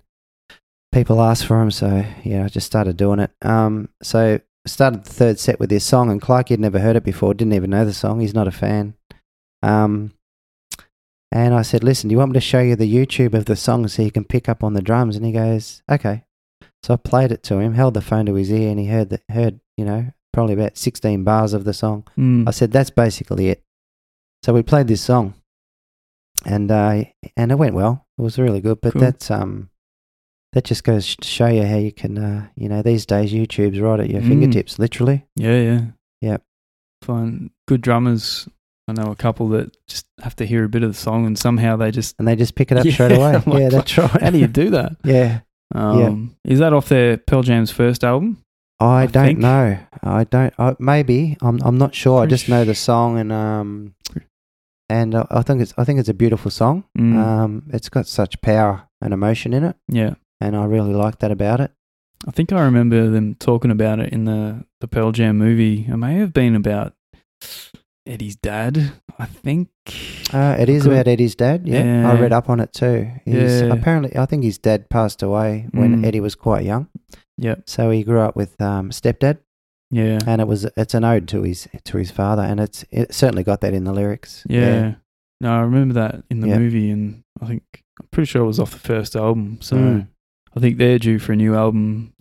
People ask for them, so yeah, I just started doing it. Um, so started the third set with this song, and Clarky had never heard it before, didn't even know the song. He's not a fan. Um, and I said, Listen, do you want me to show you the YouTube of the song so you can pick up on the drums? And he goes, Okay. So I played it to him, held the phone to his ear, and he heard that heard you know probably about sixteen bars of the song. Mm. I said that's basically it. So we played this song, and uh, and it went well. It was really good. But Cool. that's um that just goes to show you how you can uh, you know these days YouTube's right at your Mm. fingertips, literally. Yeah, yeah. Yep. Find good drummers. I know a couple that just have to hear a bit of the song and somehow they just, And they just pick it up [laughs] Yeah, straight away. I'm like, yeah, that's right. how do you do that? [laughs] yeah, Um, Is that off their Pearl Jam's first album? I, I don't think. know. I don't. I, maybe I'm. I'm not sure. I Pretty just know the sh- song and um, and uh, I, I think it's. I think it's a beautiful song. Mm, Um, it's got such power and emotion in it, yeah. and I really like that about it. I think I remember them talking about it in the, the Pearl Jam movie. It may have been about Eddie's dad, I think. Uh, it is Good. about Eddie's dad. Yeah, I Yeah. read up on it too. He's Yeah. apparently, I think his dad passed away when Mm. Eddie was quite young. Yep. So he grew up with um, stepdad, Yeah. and it was it's an ode to his to his father, and it's it certainly got that in the lyrics. Yeah. No, I remember that in the Yeah. movie, and I think I'm pretty sure it was off the first album. So Mm. I think they're due for a new album,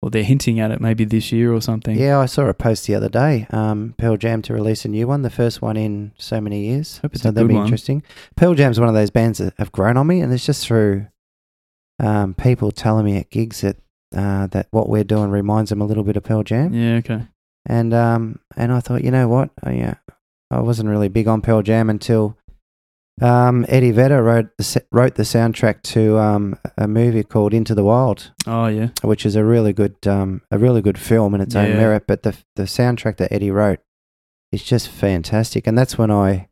or they're hinting at it maybe this year or something. Yeah, I saw a post the other day. Um, Pearl Jam to release a new one, the first one in so many years. Hope it's so a that'd good be one. interesting. Pearl Jam's one of those bands that have grown on me, and it's just through um, people telling me at gigs that uh, that what we're doing reminds them a little bit of Pearl Jam. Yeah. Okay. And um, and I thought, you know what? I, yeah, I wasn't really big on Pearl Jam until um, Eddie Vedder wrote the, s- wrote the soundtrack to um, a movie called Into the Wild Oh yeah. which is a really good um, a really good film in its own Yeah. merit. But the the soundtrack that Eddie wrote is just fantastic, and that's when I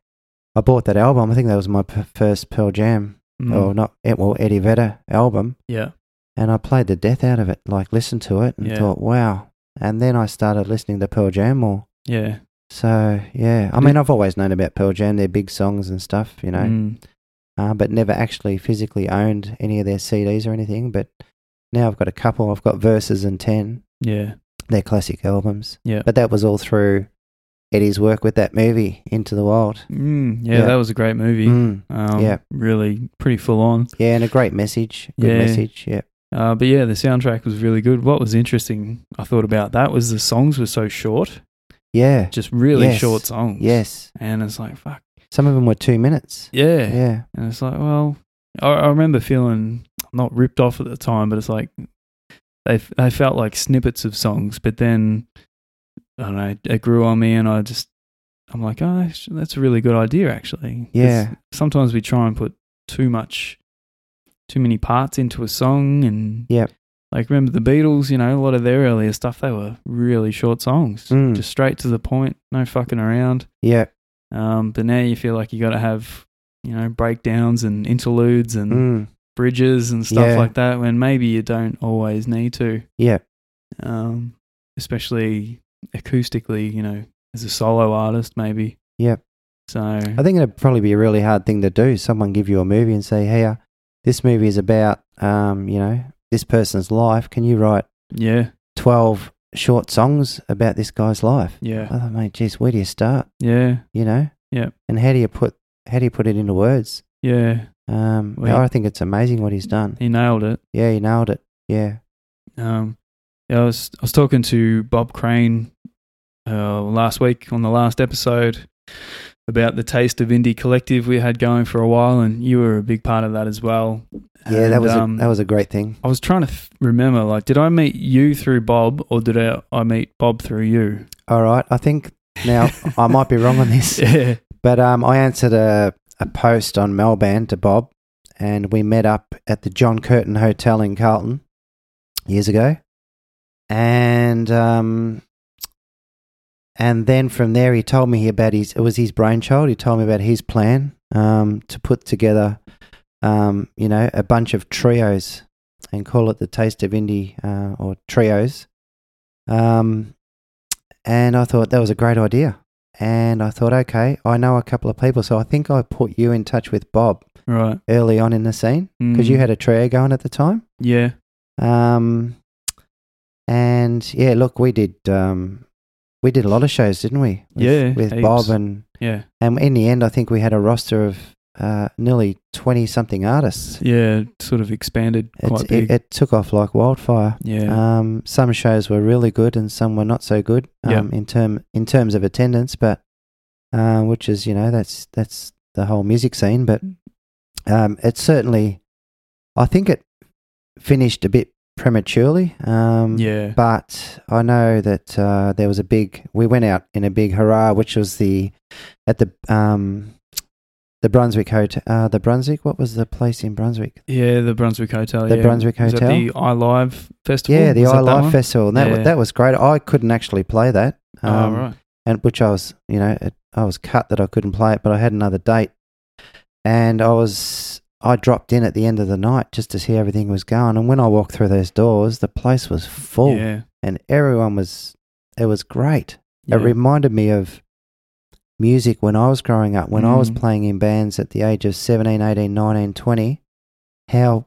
I bought that album. I think that was my p- first Pearl Jam, Mm. or not eh, well Eddie Vedder album, Yeah. and I played the death out of it. Like listened to it and Yeah. thought, wow. And then I started listening to Pearl Jam more. Yeah. So yeah, I Did- mean I've always known about Pearl Jam, their big songs and stuff, you know Mm. uh, but never actually physically owned any of their CDs or anything. But now I've got a couple. I've got Verses and Ten, Yeah. their classic albums. Yeah. But that was all through Eddie's work with that movie, Into the Wild. Mm. Yeah, Yeah. That was a great movie. Mm. Um, Yeah. Really, pretty full on. Yeah, and a great message. Good Yeah. message. Yeah. Uh, but yeah, the soundtrack was really good. What was interesting, I thought about that, was the songs were so short, Yeah. just really Yes. short songs. Yes. And it's like, fuck. Some of them were two minutes. Yeah. Yeah. And it's like, well, I, I remember feeling not ripped off at the time, but it's like they f- they felt like snippets of songs. But then I don't know, it grew on me, and I just I'm like, oh, that's- that's a really good idea, actually. 'Cause Yeah. Sometimes we try and put too much, too many parts into a song, and Yep. Like remember the Beatles, you know, a lot of their earlier stuff, they were really short songs, Mm. just straight to the point, no fucking around. Yeah. Um, but now you feel like you got to have, you know, breakdowns and interludes and Mm. bridges and stuff Yeah. like that when maybe you don't always need to, Yeah. um, especially acoustically, you know, as a solo artist, maybe. Yep. So, I think it'd probably be a really hard thing to do. Someone give you a movie and say, "Hey, uh, this movie is about, um, you know, this person's life, can you write Yeah. 12 short songs about this guy's life? Yeah. Oh, mate, geez, where do you start? Yeah. You know? Yep. And how do you put how do you put it into words? Yeah. Um, Well, I think it's amazing what he's done. He nailed it. Yeah, he nailed it. Yeah. Um, yeah, I was I was talking to Bob Crane uh, last week on the last episode about the taste of indie collective we had going for a while, and you were a big part of that as well. Yeah, that And, was um, a, that was a great thing. I was trying to f- remember, like, did I meet you through Bob, or did I, I meet Bob through you? All right, I think now I might be wrong on [laughs] this, Yeah, but um, I answered a, a post on Melbourne to Bob, and we met up at the John Curtin Hotel in Carlton years ago, and um, and then from there he told me about his it was his brainchild. He told me about his plan um, to put together, um, you know, a bunch of trios and call it the Taste of Indie uh, or trios. Um, and I thought that was a great idea. And I thought, okay, I know a couple of people. So I think I put you in touch with Bob right. early on in the scene because you Mm. had a trio going at the time. yeah, Um, and yeah, look, we did um, we did a lot of shows, didn't we? With, Yeah, with heaps. Bob and yeah, and in the end, I think we had a roster of uh, nearly twenty something artists. yeah. Sort of expanded It's, quite it, big. it took off like wildfire. yeah, Um, some shows were really good and some were not so good um, Yeah. in term in terms of attendance, but uh, which is you know that's that's the whole music scene. But um, it certainly, I think it finished a bit prematurely. Um, yeah, But I know that uh, there was a big. We went out in a big hurrah, which was the at the um, the Brunswick Hotel. Uh, the Brunswick. What was the place in Brunswick? yeah. The Brunswick Hotel. The yeah. Brunswick Was that Hotel? the iLive Festival. Yeah, the Was that I that Life one? Festival. And that, wa- Yeah. that was great. I couldn't actually play that. um, Oh, right. And which I was, you know, it, I was cut that I couldn't play it, but I had another date, and I was, I dropped in at the end of the night just to see everything was going. And when I walked through those doors, the place was full, Yeah. and everyone was, it was great. yeah. It reminded me of music when I was growing up, when I was Mm. playing in bands at the age of 17, 18, 19, 20, how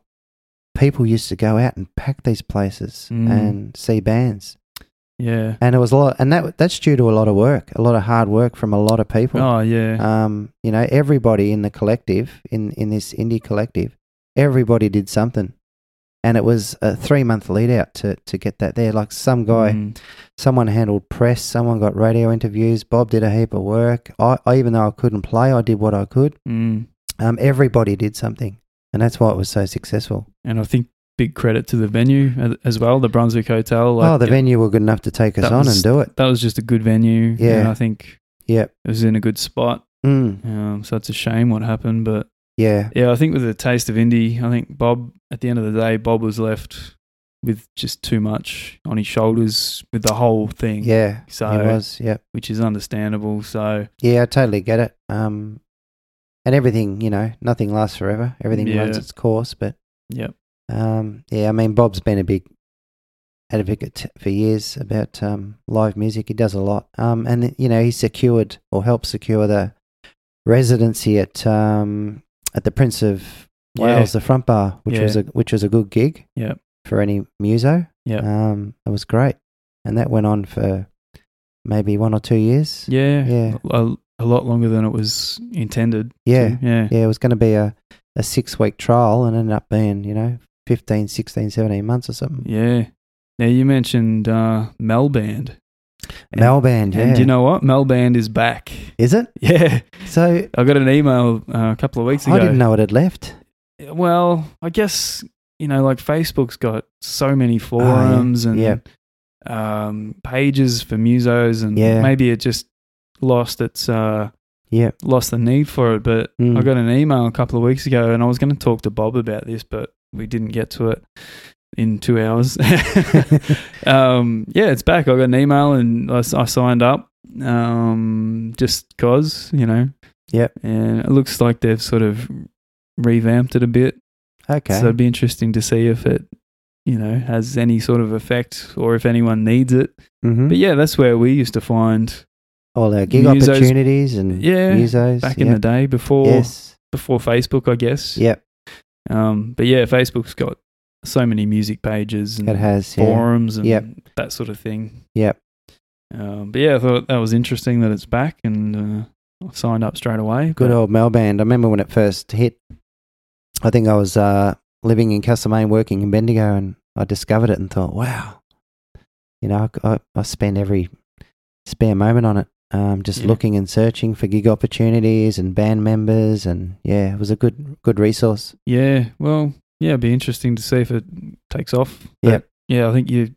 people used to go out and pack these places Mm. and see bands. yeah. And it was a lot, and that that's due to a lot of work, a lot of hard work from a lot of people. Oh, yeah. Um, you know, everybody in the collective, in, in this indie collective, everybody did something. And it was a three month lead out to, to get that there. Like some guy Mm. someone handled press, someone got radio interviews, Bob did a heap of work. I, I even though I couldn't play, I did what I could. Mm. Um, everybody did something, and that's why it was so successful. And I think big credit to the venue as, as well, the Brunswick Hotel. Like, oh, the it- venue were good enough to take us That on was- and do it. That was just a good venue. Yeah. And I think Yeah, it was in a good spot. mm, Um, so it's a shame what happened. But yeah, yeah, I think with the taste of indie, I think Bob, at the end of the day, Bob was left with just too much on his shoulders with the whole thing. yeah. So, it was. Yeah, which is understandable. So, yeah. I totally get it. Um, and everything, you know, nothing lasts forever. Everything Yeah. runs its course, but yeah. Um, yeah, I mean, Bob's been a big advocate for years about um, live music. He does a lot. Um, and, you know, he secured or helped secure the residency at um, at the Prince of Yeah. Wales, the front bar, which Yeah. was a which was a good gig Yep. for any muso. Yep. Um, it was great. And that went on for maybe one or two years. Yeah. Yeah. A, a lot longer than it was intended. Yeah. to. Yeah. Yeah, it was going to be a, a six week trial and ended up being, you know, 15, 16, 17 months or something. Yeah. Now you mentioned uh, Mel Band. And- And, Melbourne, yeah. do you know what? Mel Band is back. [laughs] Is it? Yeah. So I got an email uh, a couple of weeks ago. I didn't know it had left. Well, I guess, you know, like Facebook's got so many Oh, yeah. forums Yeah. and um, pages for musos and Yeah. maybe it just lost its uh, Yeah. lost the need for it. But Mm. I [laughs] got an email a couple of weeks ago, and I was going to talk to Bob about this, but we didn't get to it in two hours. [laughs] um, yeah, it's back. I got an email, and I, s- I signed up um, just cause you know. Yep. And it looks like they've sort of revamped it a bit, okay. so it'd be interesting to see if it. You know, has any sort of effect, or if anyone needs it. Mhm. But yeah, that's where we used to find All our gig Musos- opportunities and Yeah, musos. back in the day before Yes. before Facebook, I guess. Yep. Um, but yeah, Facebook's got so many music pages and It has, yeah. forums and Yep. that sort of thing. Yep. Um, but yeah, I thought that was interesting that it's back and uh, I signed up straight away. Good But old Mel Band. I remember when it first hit, I think I was uh, living in Castlemaine, working in Bendigo, and I discovered it and thought, wow, you know, I, I, I spend every spare moment on it, um, just Yeah. looking and searching for gig opportunities and band members, and yeah, it was a good good resource. Yeah, well, yeah, it'd be interesting to see if it takes off. But, Yep. Yeah, I think you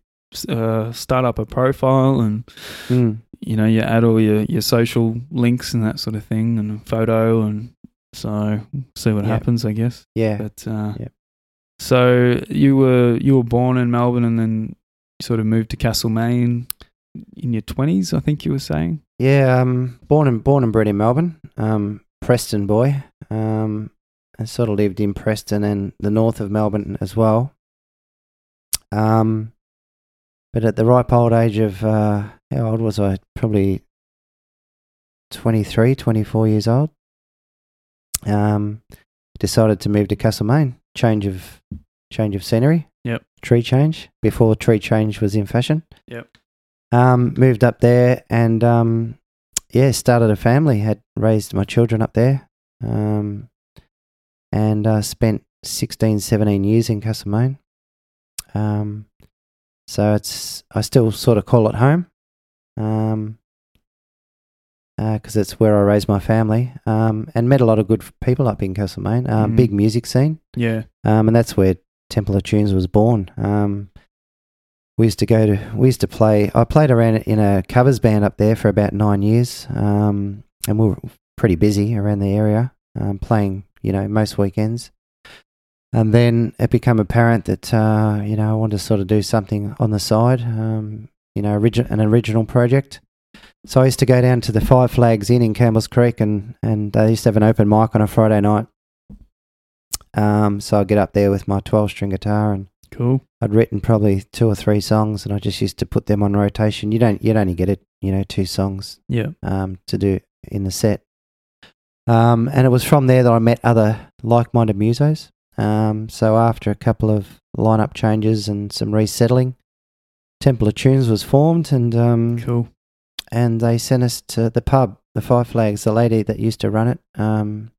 uh, start up a profile and Mm. you know, you add all your, your social links and that sort of thing and a photo and so see what Yeah. happens, I guess. Yeah. But uh Yep. so you were you were born in Melbourne and then you sort of moved to Castlemaine in your twenties, I think you were saying. Yeah, um, born and born and bred in Melbourne, um, Preston boy, um, and sort of lived in Preston and the north of Melbourne as well. Um, but at the ripe old age of uh, how old was I? Probably 23, 24 years old. Um, decided to move to Castlemaine. Change of change of scenery. Yep. Tree change before tree change was in fashion um, moved up there and um, yeah, started a family. Had raised my children up there, um, and uh, spent 16, 17 years in Castlemaine. Um, so it's I still sort of call it home, um, because it's where I raised my family. Um, and met a lot of good people up in Castlemaine. Um, Mm. Big music scene. Yeah. Um, and that's where Temple of Tunes was born. Um, we used to go to, we used to play, I played around in a covers band up there for about nine years. Um, and we were pretty busy around the area, um, playing, you know, most weekends. And then it became apparent that, uh, you know, I wanted to sort of do something on the side, um, you know, origi- an original project. So I used to go down to the Five Flags Inn in Campbell's Creek and, and they used to have an open mic on a Friday night. Um, so I'd get up there with my 12 string guitar and Cool. I'd written probably two or three songs and I just used to put them on rotation. You don't, you'd only get it, you know, two songs, Yeah. um, to do in the set. Um, and it was from there that I met other like-minded musos. Um, so after a couple of lineup changes and some resettling, Temple of Tunes was formed and, um, Cool. and they sent us to the pub, the Five Flags. The lady that used to run it, um,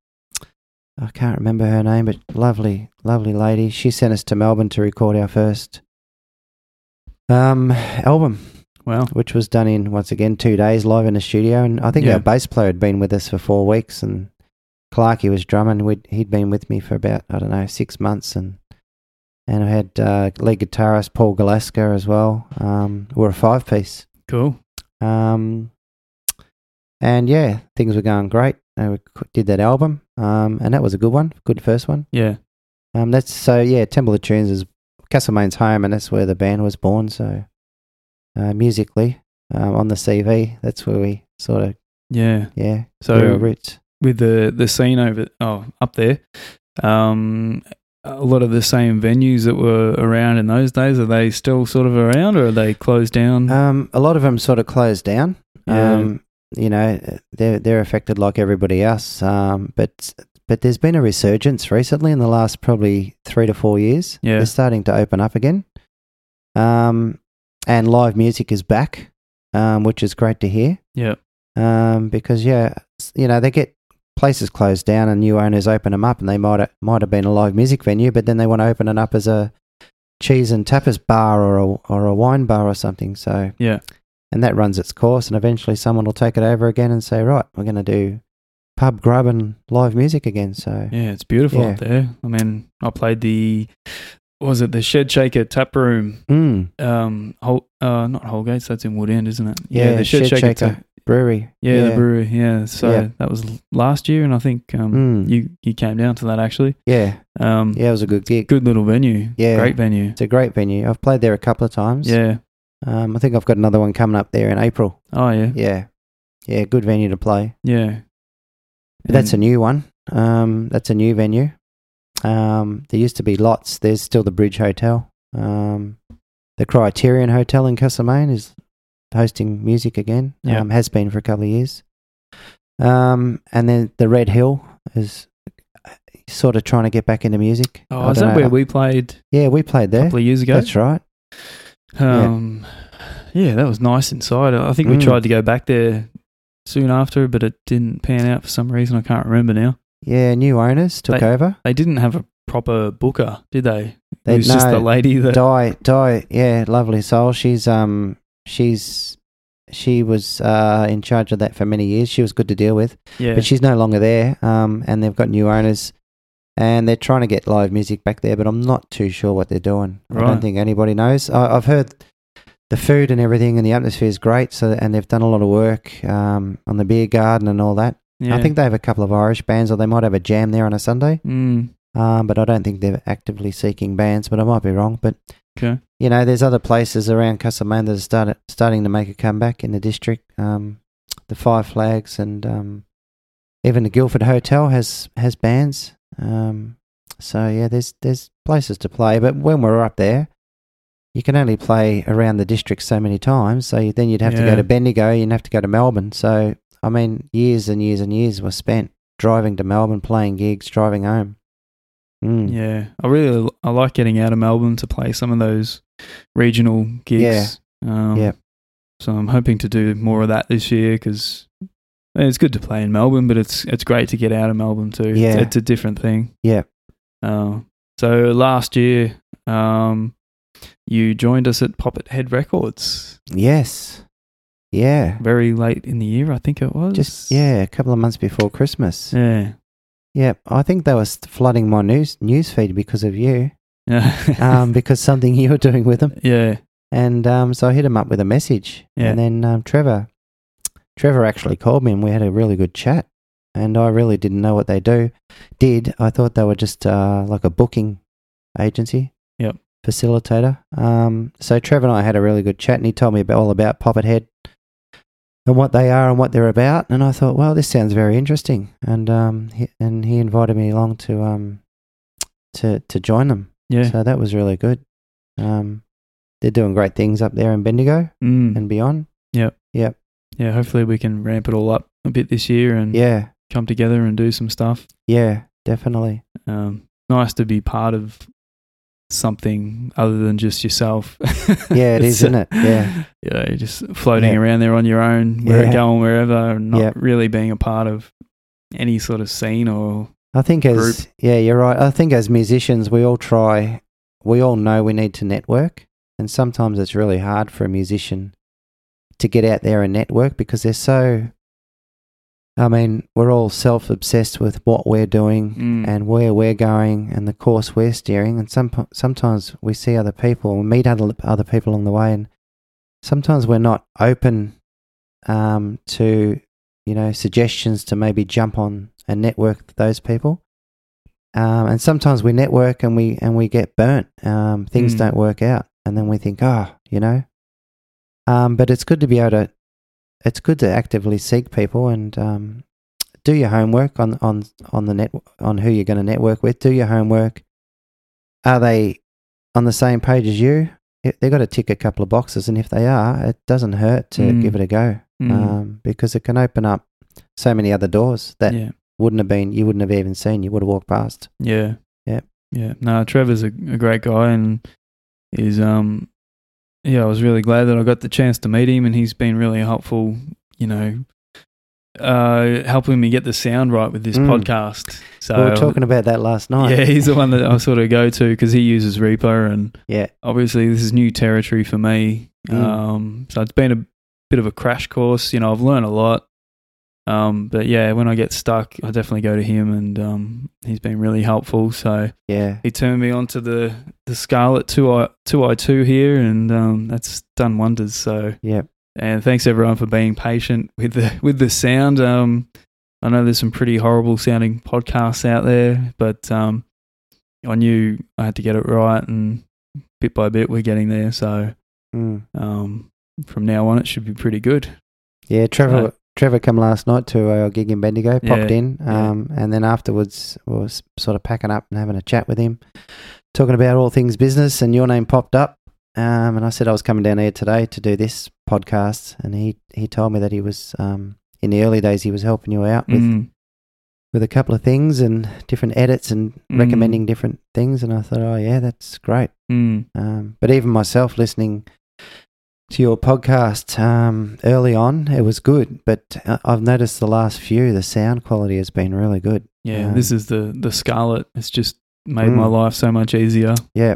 I can't remember her name, but lovely, lovely lady. She sent us to Melbourne to record our first um, album, Wow. which was done in once again two days live in the studio. And I think Yeah. our bass player had been with us for four weeks, and Clarkey was drumming. We'd, he'd been with me for about I don't know six months, and and I had uh, lead guitarist Paul Galaska as well. Um, we're a five piece. Cool. Um, and yeah, things were going great. And we c- did that album, um, and that was a good one, good first one. Yeah. Um, that's so yeah. Temple of Tunes is Castlemaine's home, and that's where the band was born. So uh, musically, um, on the CV, that's where we sort of Yeah. yeah So grew our roots. with the the scene over oh up there, um, a lot of the same venues that were around in those days are they still sort of around or are they closed down? Um, a lot of them sort of closed down. Yeah. Um, you know, they're they're affected like everybody else. Um, but but there's been a resurgence recently in the last probably three to four years. Yeah. they're starting to open up again. Um, and live music is back, um, which is great to hear. yeah. Um, because yeah, s- you know they get places closed down and new owners open them up, and they might might have been a live music venue, but then they want to open it up as a cheese and tapas bar or a or a wine bar or something. So Yeah. and that runs its course, and eventually someone will take it over again and say, right, we're going to do pub grub and live music again. So Yeah, it's beautiful Yeah. up there. I mean, I played the what was it the Shed Shaker Tap Room? mm, Um, Hol- uh, not Holgate, so that's in Woodend, isn't it? Yeah, the Shed, Shed Shaker. Shaker. Tap- brewery, yeah, the brewery. Yeah, so Yeah. that was l- last year, and I think um, Mm. you you came down to that actually. yeah, Um, yeah, it was a good gig. good little venue. Yeah. great venue. It's a great venue. I've played there a couple of times. Yeah. Um, I think I've got another one coming up there in April. Oh yeah. Yeah. Yeah. Yeah, good venue to play. But that's a And- new one. Um, that's a new venue. Um, there used to be lots. There's still the Bridge Hotel. Um, the Criterion Hotel in Castlemaine is hosting music again. Yeah. Um, has been for a couple of years. Um, and then the Red Hill is sort of trying to get back into music. Oh, I is don't that know. where we played Yeah, we played a there. couple of years ago? That's right. yeah. Um, yeah. that was nice inside. I think we Mm. tried to go back there soon after, but it didn't pan out for some reason. I can't remember now. Yeah, new owners took They- over. They didn't have a proper booker, did they? They- it was just no. the lady that. Di, Di, yeah, lovely soul. She's um, she's she was uh in charge of that for many years. She was good to deal with, yeah. but she's no longer there. Um, and they've got new owners, and they're trying to get live music back there. But I'm not too sure what they're doing. I Right. don't think anybody knows. I, I've heard the food and everything, and the atmosphere is great. So, and they've done a lot of work um on the beer garden and all that. yeah. I think they have a couple of Irish bands, or they might have a jam there on a Sunday. Mm, Um, but I don't think they're actively seeking bands, but I might be wrong. But okay. you know, there's other places around Castlemaine that are start, starting to make a comeback in the district. Um, the Five Flags and um, even the Guildford Hotel has has bands. Um, so yeah, there's there's places to play, but when we're up there, you can only play around the district so many times. So you, then you'd have to Yeah. go to Bendigo, you'd have to go to Melbourne. So I mean, years and years and years were spent driving to Melbourne, playing gigs, driving home. Mm. Yeah. I really I like getting out of Melbourne to play some of those regional gigs. Yeah. Um, Yep. So I'm hoping to do more of that this year because it's good to play in Melbourne, but it's it's great to get out of Melbourne too. It's- Yeah. It's, a different thing. Yeah. Uh, so last year, um, you joined us at Poppet Head Records Yes. Yeah. very late in the year, I think it was. Just yeah, a couple of months before Christmas. Yeah, Yeah. [laughs] I think they were st- flooding my news news feed because of you, Yeah. um, [laughs] because something you were doing with them, yeah. and um, so I hit him up with a message, Yeah. and then um, Trevor, Trevor actually called me, and we had a really good chat, and I really didn't know what they do, did I thought they were just uh, like a booking agency, Yep. facilitator. Um, so Trevor and I had a really good chat, and he told me about, all about Poppet Head and what they are and what they're about. And I thought, well, this sounds very interesting. And um, he, and he invited me along to um, to to join them. Yeah. So that was really good. Um, they're doing great things up there in Bendigo Mm. and beyond. yeah, hopefully we can ramp it all up a bit this year and Yeah, come together and do some stuff. yeah, [laughs] definitely. Um, nice to be part of something other than just yourself. [laughs] [laughs] Yeah, it is, So, isn't it? Yeah, You know, just floating Yeah. around there on your own, where Yeah. going wherever, and not Yeah. really being a part of any sort of scene or I think as yeah, you're right. I think as musicians, we all try. We all know we need to network, and sometimes it's really hard for a musician to get out there and network because they're so. I mean, we're all self obsessed with what we're doing Mm. and where we're going and the course we're steering. And some sometimes we see other people, we meet other other people along the way, and sometimes we're not open um, to you know suggestions to maybe jump on and network with those people. Um, and sometimes we network and we and we get burnt. Um, things Mm. don't work out, and then we think, oh, you know. Um, but it's good to be able to. It's good to actively seek people and um, do your homework on on on the net on who you're going to network with. Do your homework. Are they on the same page as you? If- They've got to tick a couple of boxes, and if they are, it doesn't hurt to Mm. give it a go Mm. um, because it can open up so many other doors that yeah, wouldn't have been you wouldn't have even seen. You would have walked past. yeah, Yeah. yeah. No, Trevor's a, a great guy and is um, yeah. I was really glad that I got the chance to meet him, and he's been really helpful. You know. Uh, helping me get the sound right with this Mm. podcast. So we were talking about that last night. Yeah, he's the one that I sort of go to because he uses Reaper, and [laughs] Yeah. obviously this is new territory for me. Mm. Um, so it's been a bit of a crash course. You know, I've learned a lot. Um, but yeah, when I get stuck, I definitely go to him, and um, he's been really helpful. So yeah, he turned me onto the the Scarlet two i two i two here, and um, that's done wonders. So yeah. and thanks everyone for being patient with the with the sound. Um, I know there's some pretty horrible sounding podcasts out there, but um, I knew I had to get it right, and bit by bit we're getting there. So Mm. um, from now on, it should be pretty good. Yeah, Trevor. No. Trevor come last night to our gig in Bendigo, Yeah, popped in, yeah. um, and then afterwards we was sort of packing up and having a chat with him, talking about all things business. And your name popped up, um, and I said I was coming down here today to do this podcast, and he he told me that he was um, in the early days he was helping you out with Mm. with a couple of things and different edits and Mm. recommending different things. And I thought, oh, yeah, that's great. Mm. Um, but even myself listening to your podcast um, early on, it was good. But uh, I've noticed the last few, the sound quality has been really good. Yeah, Um, this is the the Scarlet. It's just made my Mm. life so much easier. Yeah.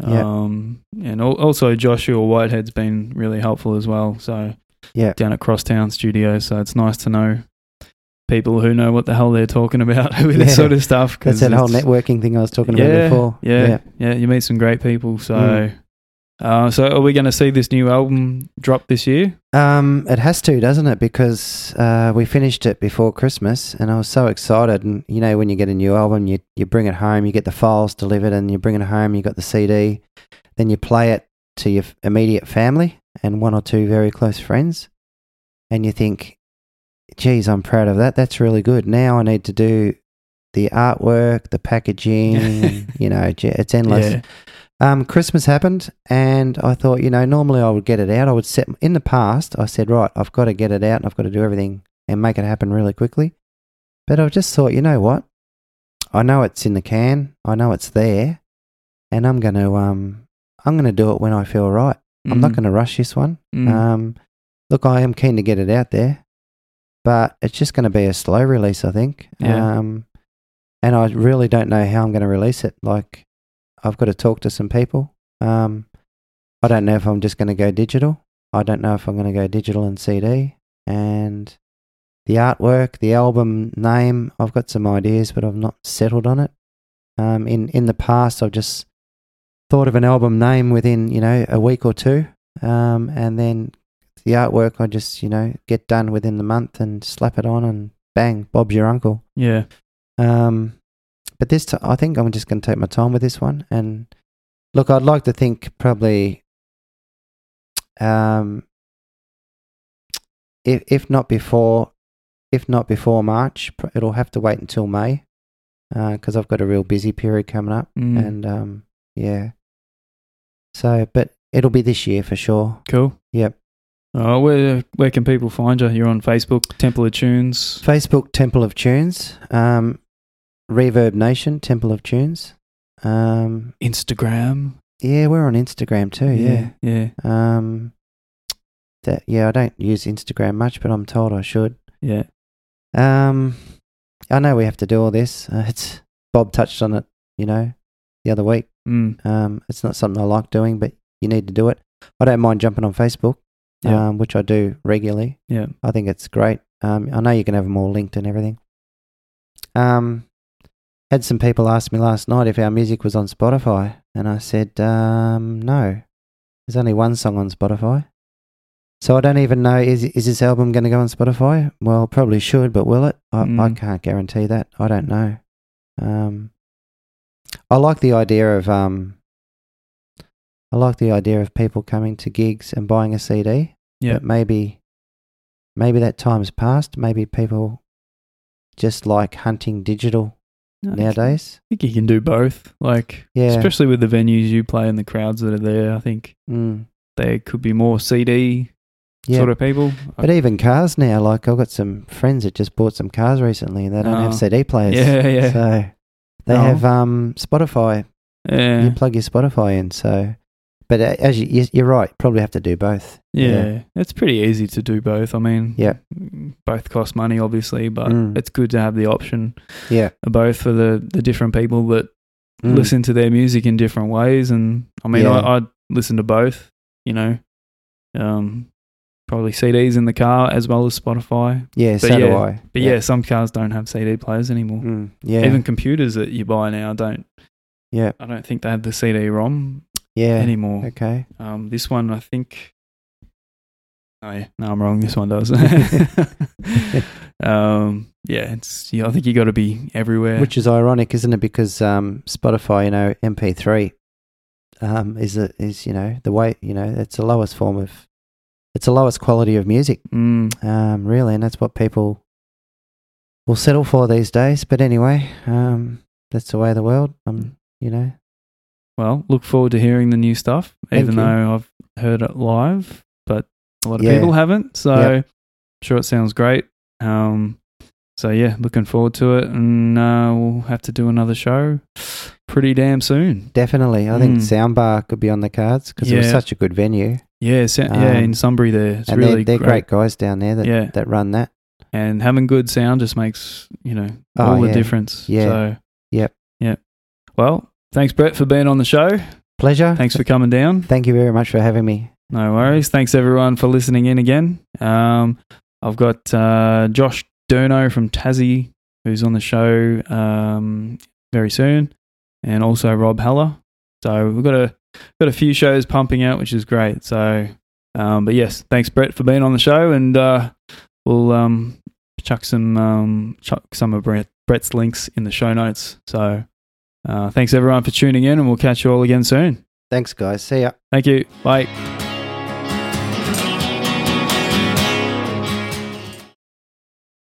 Yeah. Um, and al- also Joshua Whitehead's been really helpful as well. So Yeah. down at Crosstown Studio, so it's nice to know people who know what the hell they're talking about [laughs] with Yeah. this sort of stuff. That's that whole it's- networking thing I was talking about Yeah, before. Yeah, yeah, You meet some great people. So, Mm. uh, so are we going to see this new album drop this year? Um, it has to, doesn't it? Because uh, we finished it before Christmas, and I was so excited. And you know, when you get a new album, you you bring it home, you get the files delivered, and you bring it home. You got the CD, then you play it to your f- immediate family and one or two very close friends, and you think, "Geez, I'm proud of that. That's really good." Now I need to do the artwork, the packaging. and, you know, gee, it's endless. Yeah. Um, Christmas happened, and I thought, you know, normally I would get it out. I would set in the past. I said, right, I've got to get it out, and I've got to do everything and make it happen really quickly. But I just thought, you know what? I know it's in the can. I know it's there, and I'm gonna um, I'm gonna do it when I feel right. I'm not gonna rush this one. Mm. Um, look, I am keen to get it out there, but it's just going to be a slow release, I think. Yeah. Um, and I really don't know how I'm going to release it. Like, I've got to talk to some people. Um, I don't know if I'm just going to go digital. I don't know if I'm going to go digital and CD. And the artwork, the album name, I've got some ideas, but I've not settled on it. Um, in in the past, I've just thought of an album name within you know a week or two, um, and then the artwork I just you know get done within the month and slap it on and bang, Bob's your uncle. yeah. Um, but this, ti I think I'm just going to take my time with this one. And look, I'd like to think probably, um, if if not before, if not before March, pr- it'll have to wait until May, because I've got a real busy period coming up. Mm. And um, yeah, so but it'll be this year for sure. Cool. Yep. Uh, where where can people find you? You're on Facebook, Temple of Tunes. Facebook Temple of Tunes, um, Reverb Nation Temple of Tunes. Um, Instagram. Yeah, we're on Instagram too. Oh, Yeah. yeah, Um. That yeah, I don't use Instagram much, but I'm told I should. yeah. Um, I know we have to do all this. Uh, it's Bob touched on it, you know, the other week. Mm. Um, it's not something I like doing, but you need to do it. I don't mind jumping on Facebook, Yeah. um, which I do regularly. Yeah. I think it's great. Um, I know you can have them all linked and everything. Um, had some people ask me last night if our music was on Spotify, and I said, um, no. There's only one song on Spotify. So I don't even know is is this album going to go on Spotify? Well, probably should, but will it? I, I Mm. can't guarantee that. I don't know. Um, I like the idea of um, I like the idea of people coming to gigs and buying a CD. Yeah. But maybe, maybe that time's past. Maybe people just like hunting digital nowadays. I think you can do both. Like, Yeah. especially with the venues you play and the crowds that are there, I think Mm. there could be more CD Yeah. sort of uh, people. But even cars now, like I've got some friends that just bought some cars recently. They don't Oh. have CD players. yeah, yeah, So they No. have um, Spotify. yeah, You plug your Spotify in. So, but uh, as you, you- you're right, probably have to do both. yeah. It's pretty easy to do both. I mean, Yeah. both cost money, obviously, but Mm. it's good to have the option Yeah. of both for the the different people that Mm. listen to their music in different ways. And I mean, Yeah. I, I listen to both, you know, um, probably CDs in the car as well as Spotify. Yeah, so do yeah. I. But yeah, some cars don't have CD players anymore. Mm, yeah. Even computers that you buy now don't. yeah. I don't think they have the CD-ROM Yeah. anymore. Okay. Um, this one, I think. Oh, yeah. No, I'm wrong. This one [laughs] does. [laughs] um, yeah, it's. Yeah, I think you got to be everywhere. Which is ironic, isn't it? Because um, Spotify, you know, MP3 um, is a, is you know the way you know it's the lowest form of it's the lowest quality of music. Mm, um, really, and that's what people will settle for these days. But anyway, um, that's the way of the world. Um, you know, Well, look forward to hearing the new stuff, Thank even you. though I've heard it live, but a lot of Yeah. people haven't. So Yep. I'm sure it sounds great. Um, So yeah, looking forward to it, and uh, we'll have to do another show pretty damn soon. Definitely. I think Mm. Soundbar could be on the cards because it was Yeah. such a good venue. Yeah, so, yeah, Um, in Sunbury there, it's and really they're, they're great. guys down there that, Yeah. that run that. and having good sound just makes you know Oh, all the yeah. difference. Yeah. So Yep. yeah. Well, thanks Brett for being on the show. Pleasure. Thanks for coming down. Thank you very much for having me. No worries. Thanks everyone for listening in again. Um, I've got uh, Josh Durno from Tassie who's on the show um, very soon, and also Rob Heller. So we've got a got a few shows pumping out, which is great. So, um, but yes, thanks Brett for being on the show, and uh, we'll um, chuck some um, chuck some of Brett, Brett's links in the show notes. So, uh, thanks everyone for tuning in, and we'll catch you all again soon. Thanks, guys. See ya. Thank you. Bye.